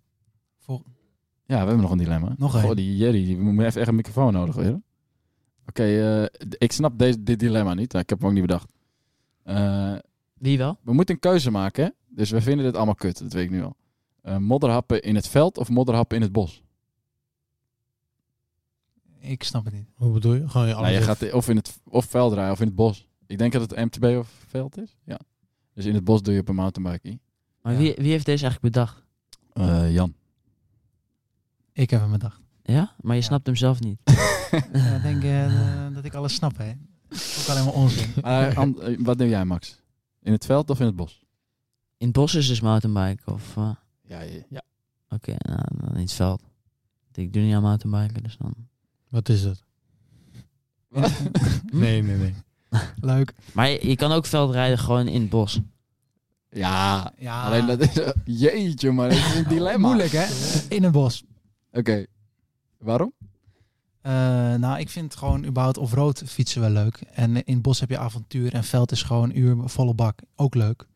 Speaker 1: Ja, we hebben nog een dilemma.
Speaker 3: Nog één.
Speaker 1: Goh, die Jerry, die moet even echt een microfoon nodig weer. Oké, eh, d- ik snap deze, dit dilemma niet. Nou, Ik heb hem ook niet bedacht. Eh,
Speaker 7: Wie wel?
Speaker 1: we moeten een keuze maken, hè? Dus we vinden dit allemaal kut, dat weet ik nu al. Eh, modderhappen in het veld of modderhappen in het bos?
Speaker 3: Ik snap het niet.
Speaker 4: Hoe bedoel je? Gewoon je
Speaker 1: Nou, je
Speaker 4: alles even-
Speaker 1: gaat of in het of veld rijden of in het bos. Ik denk dat het MTB of veld is. Ja. Dus in het bos doe je op een mountainbike.
Speaker 7: Maar
Speaker 3: Ja.
Speaker 7: wie, wie heeft deze eigenlijk bedacht?
Speaker 1: Eh Jan.
Speaker 3: Ik heb hem bedacht.
Speaker 7: Ja? Maar je
Speaker 3: Ja.
Speaker 7: snapt hem zelf niet.
Speaker 3: En dan denk je eh, dat ik alles snap, hè? Ook alleen maar onzin.
Speaker 1: Eh, An- eh, wat doe jij, Max? In het veld of in het bos?
Speaker 7: In het bos is dus mountainbiken of... eh,
Speaker 1: Ja, ja.
Speaker 7: Oké, nou, dan in het veld. Ik doe niet aan mountainbiken, dus dan...
Speaker 4: Wat is dat?
Speaker 7: Hm?
Speaker 4: Nee, nee, nee.
Speaker 3: Leuk.
Speaker 7: Maar je, je kan ook veldrijden gewoon in het bos.
Speaker 1: Ja,
Speaker 3: Ja,
Speaker 1: alleen dat is... Jeetje, maar dat is een dilemma.
Speaker 3: Ah. moeilijk, hè? In een bos.
Speaker 1: Oké. Waarom?
Speaker 3: Eh, nou, ik vind gewoon überhaupt off-road fietsen wel leuk. En in het bos heb je avontuur en veld is gewoon uur volle bak. Ook leuk.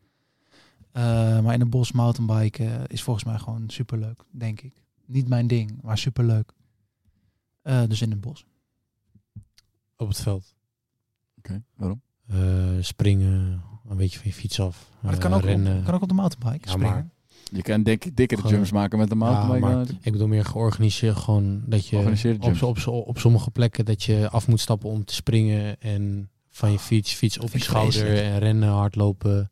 Speaker 3: Eh, maar in het bos mountainbiken eh, is volgens mij gewoon superleuk, denk ik. Niet mijn ding, maar superleuk. Eh, dus in het bos.
Speaker 4: Oké, op het veld. Eh,
Speaker 1: Oké, waarom?
Speaker 4: springen, een beetje van je fiets af.
Speaker 3: Maar dat kan
Speaker 4: eh,
Speaker 3: ook,
Speaker 4: rennen.
Speaker 3: op, kan ook op de mountainbike
Speaker 4: Ja,
Speaker 3: springen.
Speaker 4: maar-
Speaker 1: Je kan denk ik dikkere
Speaker 4: Gewoon-
Speaker 1: jumps maken met de mountainbike.
Speaker 4: Ja,
Speaker 1: dan
Speaker 4: maar
Speaker 1: dat-
Speaker 4: ik bedoel meer georganiseerd, gewoon dat je
Speaker 1: Georganiseerde
Speaker 4: op,
Speaker 1: jumps.
Speaker 4: zo- op, zo- op sommige plekken dat je af moet stappen om te springen en van je
Speaker 7: Ah,
Speaker 4: fiets, fiets op je
Speaker 3: vind ik
Speaker 4: schouder
Speaker 3: vreselijk.
Speaker 4: en rennen, hardlopen.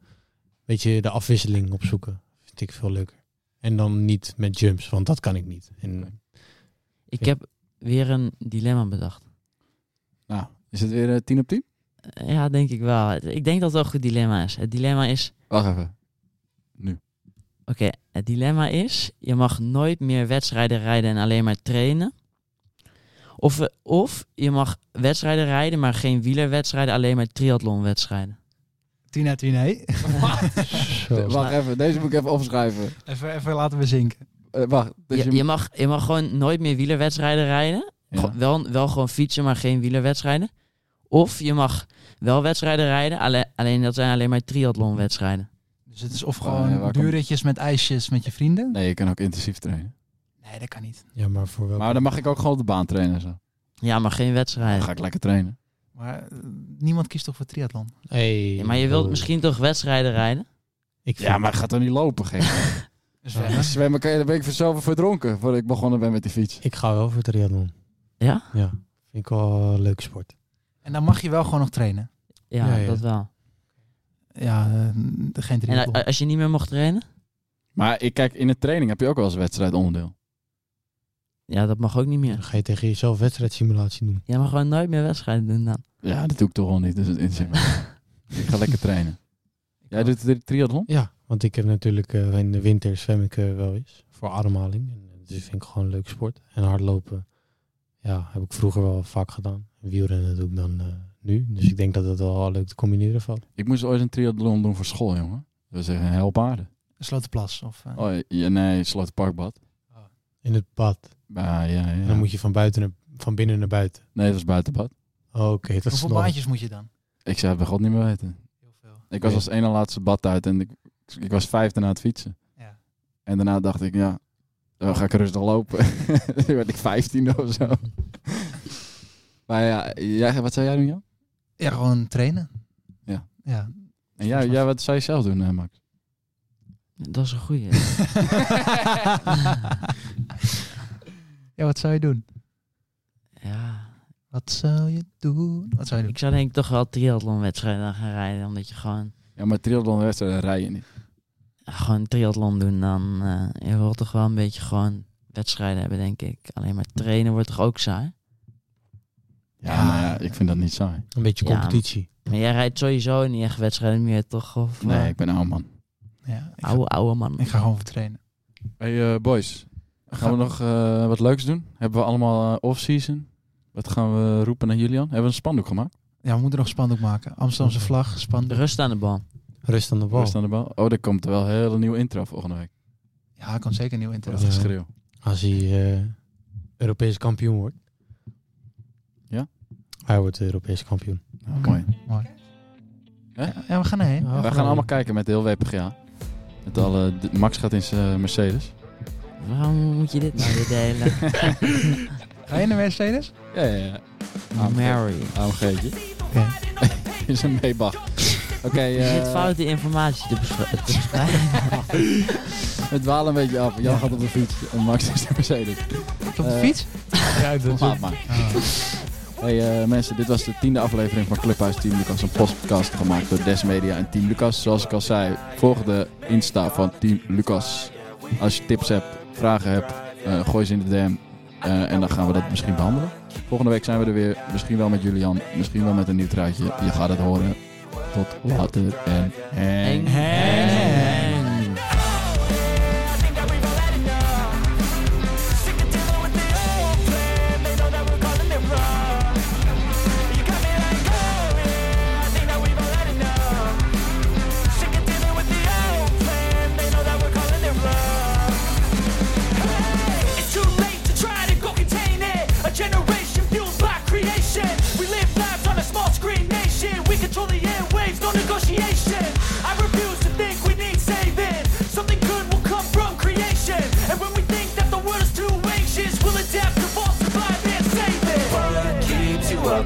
Speaker 4: Weet je, de afwisseling opzoeken vind ik veel leuker. En dan niet met jumps, want dat kan ik niet. En
Speaker 7: Ik heb weer een dilemma bedacht.
Speaker 1: Nou, is het weer eh, 10 op 10?
Speaker 7: Eh, Ja, denk ik wel. Het- Ik denk dat het wel een goed dilemma is. Het dilemma is...
Speaker 1: Wacht even. Nu.
Speaker 7: Oké, het dilemma is... Je mag nooit meer wedstrijden rijden en alleen maar trainen. Of, we- of je mag wedstrijden rijden, maar geen wielerwedstrijden, alleen maar triathlonwedstrijden.
Speaker 3: Tina Tina.
Speaker 1: De- wacht even, deze moet ik even opschrijven.
Speaker 3: Even, even laten we zinken.
Speaker 1: Eh, wacht, dus
Speaker 7: je,
Speaker 1: je-
Speaker 7: je, mag, je mag gewoon nooit meer wielerwedstrijden rijden.
Speaker 1: Ja.
Speaker 7: Go- Wel, wel gewoon fietsen, maar geen wielerwedstrijden. Of je mag wel wedstrijden rijden, alleen, alleen dat zijn alleen maar triathlonwedstrijden.
Speaker 3: Dus het is of
Speaker 1: Oh,
Speaker 3: gewoon
Speaker 1: ja, waar kan-
Speaker 3: duurritjes met ijsjes met je vrienden.
Speaker 1: Nee, je kan ook intensief trainen.
Speaker 3: Nee, dat kan niet.
Speaker 4: ja, maar voor welke...
Speaker 1: Maar dan mag ik ook gewoon op de baan trainen. Zo.
Speaker 7: Ja, maar geen
Speaker 1: Dan
Speaker 7: wedstrijden.
Speaker 1: ga ik lekker trainen.
Speaker 3: Maar eh, niemand kiest toch voor triathlon?
Speaker 4: Hey,
Speaker 7: Ja, maar je wilt
Speaker 4: oh,
Speaker 7: misschien toch wedstrijden rijden?
Speaker 4: Ik vind,
Speaker 1: Ja, maar gaat dan niet lopen, gek.
Speaker 3: Dus
Speaker 4: Ja.
Speaker 3: zwemmen.
Speaker 1: Zwemmen kan je, daar ben ik vanzelf verdronken voordat ik begonnen ben met die fiets.
Speaker 4: Ik ga wel voor triathlon.
Speaker 7: Ja?
Speaker 4: Ja, vind ik wel een leuke sport.
Speaker 3: En dan mag je wel gewoon nog trainen.
Speaker 7: Ja,
Speaker 4: Ja, ja.
Speaker 7: dat wel.
Speaker 3: Ja, eh, geen
Speaker 7: En eh,
Speaker 3: triathlon.
Speaker 7: a- als je niet meer mocht trainen?
Speaker 1: Maar ik kijk, in de training heb je ook wel eens wedstrijdonderdeel.
Speaker 7: Ja, dat mag ook niet meer.
Speaker 4: Dan ga je tegen jezelf wedstrijdsimulatie doen.
Speaker 7: Jij mag gewoon nooit meer wedstrijden doen dan.
Speaker 1: Ja, dat doe ik toch wel niet. Dus het is ik ga lekker trainen. Jij doet de triathlon?
Speaker 4: Ja, want ik heb natuurlijk eh, in de winter zwem ik eh, wel eens voor ademhaling. En, dus vind ik gewoon een leuk sport. En hardlopen, ja, heb ik vroeger wel vaak gedaan. Wielrennen doe ik dan eh, nu. Dus ik denk dat dat wel leuk te combineren valt.
Speaker 1: Ik moest ooit een triathlon doen voor school, jongen. Dat was echt een heel paarden.
Speaker 3: Slotenplas. Of, eh,
Speaker 1: Oh, ja, nee, slot parkbad.
Speaker 4: In het bad.
Speaker 1: Ja, Ah, ja,
Speaker 4: En
Speaker 1: ja.
Speaker 4: dan moet je van, buiten naar, van binnen naar buiten.
Speaker 1: Nee, dat was buitenbad.
Speaker 4: Oh, Oké, dat is
Speaker 3: hoeveel
Speaker 4: nog...
Speaker 3: baantjes moet je dan?
Speaker 1: Ik zou het bij God niet meer weten.
Speaker 3: Heel veel.
Speaker 1: Ik was als ene laatste bad uit en ik, ik was vijfde na het fietsen.
Speaker 3: Ja.
Speaker 1: En daarna dacht ik, ja, dan ga ik rustig lopen. Toen werd ik vijftien of zo. maar ja, jij, wat zou jij doen, Jan?
Speaker 3: Ja, gewoon trainen.
Speaker 1: Ja.
Speaker 3: ja.
Speaker 1: En jij, jij, wat zou je zelf doen, eh, Max?
Speaker 7: Dat is een goeie.
Speaker 3: ja, wat zou je doen?
Speaker 7: ja.
Speaker 3: Wat zou je doen? Wat zou je doen?
Speaker 7: Ik zou denk ik toch wel triathlonwedstrijden gaan rijden. Omdat je gewoon,
Speaker 1: Ja, maar triathlonwedstrijden rij je niet.
Speaker 7: gewoon triathlon doen dan. eh, je wilt toch wel een beetje gewoon wedstrijden hebben, denk ik. Alleen maar trainen wordt toch ook saai?
Speaker 1: Ja, nou ja, ik vind dat niet saai.
Speaker 4: Een beetje
Speaker 7: Ja.
Speaker 4: competitie.
Speaker 7: Maar jij rijdt sowieso niet echt wedstrijden meer, toch? Of, eh,
Speaker 1: Nee, ik ben een oude man.
Speaker 3: Ja, ik, ga,
Speaker 7: oude, oude man.
Speaker 3: ik ga gewoon voor trainen.
Speaker 1: Hey eh, boys, gaan we nog eh, wat leuks doen? Hebben we allemaal eh, off-season? Wat gaan we roepen naar Julian? Hebben we een spandoek gemaakt?
Speaker 3: Ja, we moeten nog spandoek maken. Amsterdamse
Speaker 4: Oké.
Speaker 3: vlag, spandoek.
Speaker 7: Rust aan de bal.
Speaker 4: Rust aan de bal.
Speaker 1: Rust aan de bal. Oh, er komt wel een hele nieuwe intro volgende week.
Speaker 3: Ja, ik kan zeker nieuw
Speaker 1: Dat
Speaker 3: internet.
Speaker 1: is
Speaker 4: Ja.
Speaker 1: geschreeuw.
Speaker 4: Als hij eh, Europees kampioen wordt.
Speaker 1: Ja?
Speaker 4: Hij wordt Europees kampioen.
Speaker 1: Nou, mooi.
Speaker 3: Ja, ja, we gaan erheen.
Speaker 4: Ja,
Speaker 1: We gaan allemaal kijken met de heel WPGA. Met alle, de- Max gaat in zijn eh, Mercedes.
Speaker 7: Waarom moet je dit nou weer delen?
Speaker 3: Ga je naar Mercedes?
Speaker 1: Ja, ja, ja. Ah,
Speaker 7: Mary.
Speaker 1: AMG'tje. Ah, is een meebag. Oké,
Speaker 7: Je
Speaker 1: eh,
Speaker 7: zit foute informatie te bespreken.
Speaker 1: we dwalen een beetje af. Jan gaat op de fiets en Max is de Mercedes.
Speaker 3: Op de
Speaker 1: Eh,
Speaker 3: fiets?
Speaker 4: Ja, dat
Speaker 1: Laat maar. Ah. Hey eh, mensen, dit was de tiende aflevering van Clubhuis Team Lucas, een podcast gemaakt door Des Media en Team Lucas. Zoals ik al zei, volg de Insta van Team Lucas. Als je tips hebt, vragen hebt, eh, gooi ze in de DM eh, en dan gaan we dat misschien behandelen. Volgende week zijn we er weer, misschien wel met Julian, misschien wel met een nieuw truitje. Je gaat het horen. Tot later en hang.
Speaker 5: I think that we've all had enough. Sick of dealing with the old plan. They know that we're calling it wrong. You got me like, oh yeah. I think that we've all had enough. Sick of dealing with the old plan. They know that we're calling it wrong. Hey, it's too late to try to go contain it. A generation fueled by creation. We live lives on a small screen nation. We control the airwaves, no negotiation. I refuse to think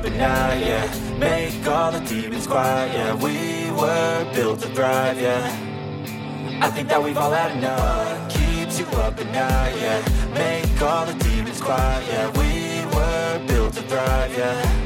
Speaker 5: but now, yeah. Make all the demons quiet, yeah. We were built to thrive, yeah. I think that we've all had enough. Keeps you up at night, yeah. Make all the demons quiet, yeah. We were built to thrive, yeah.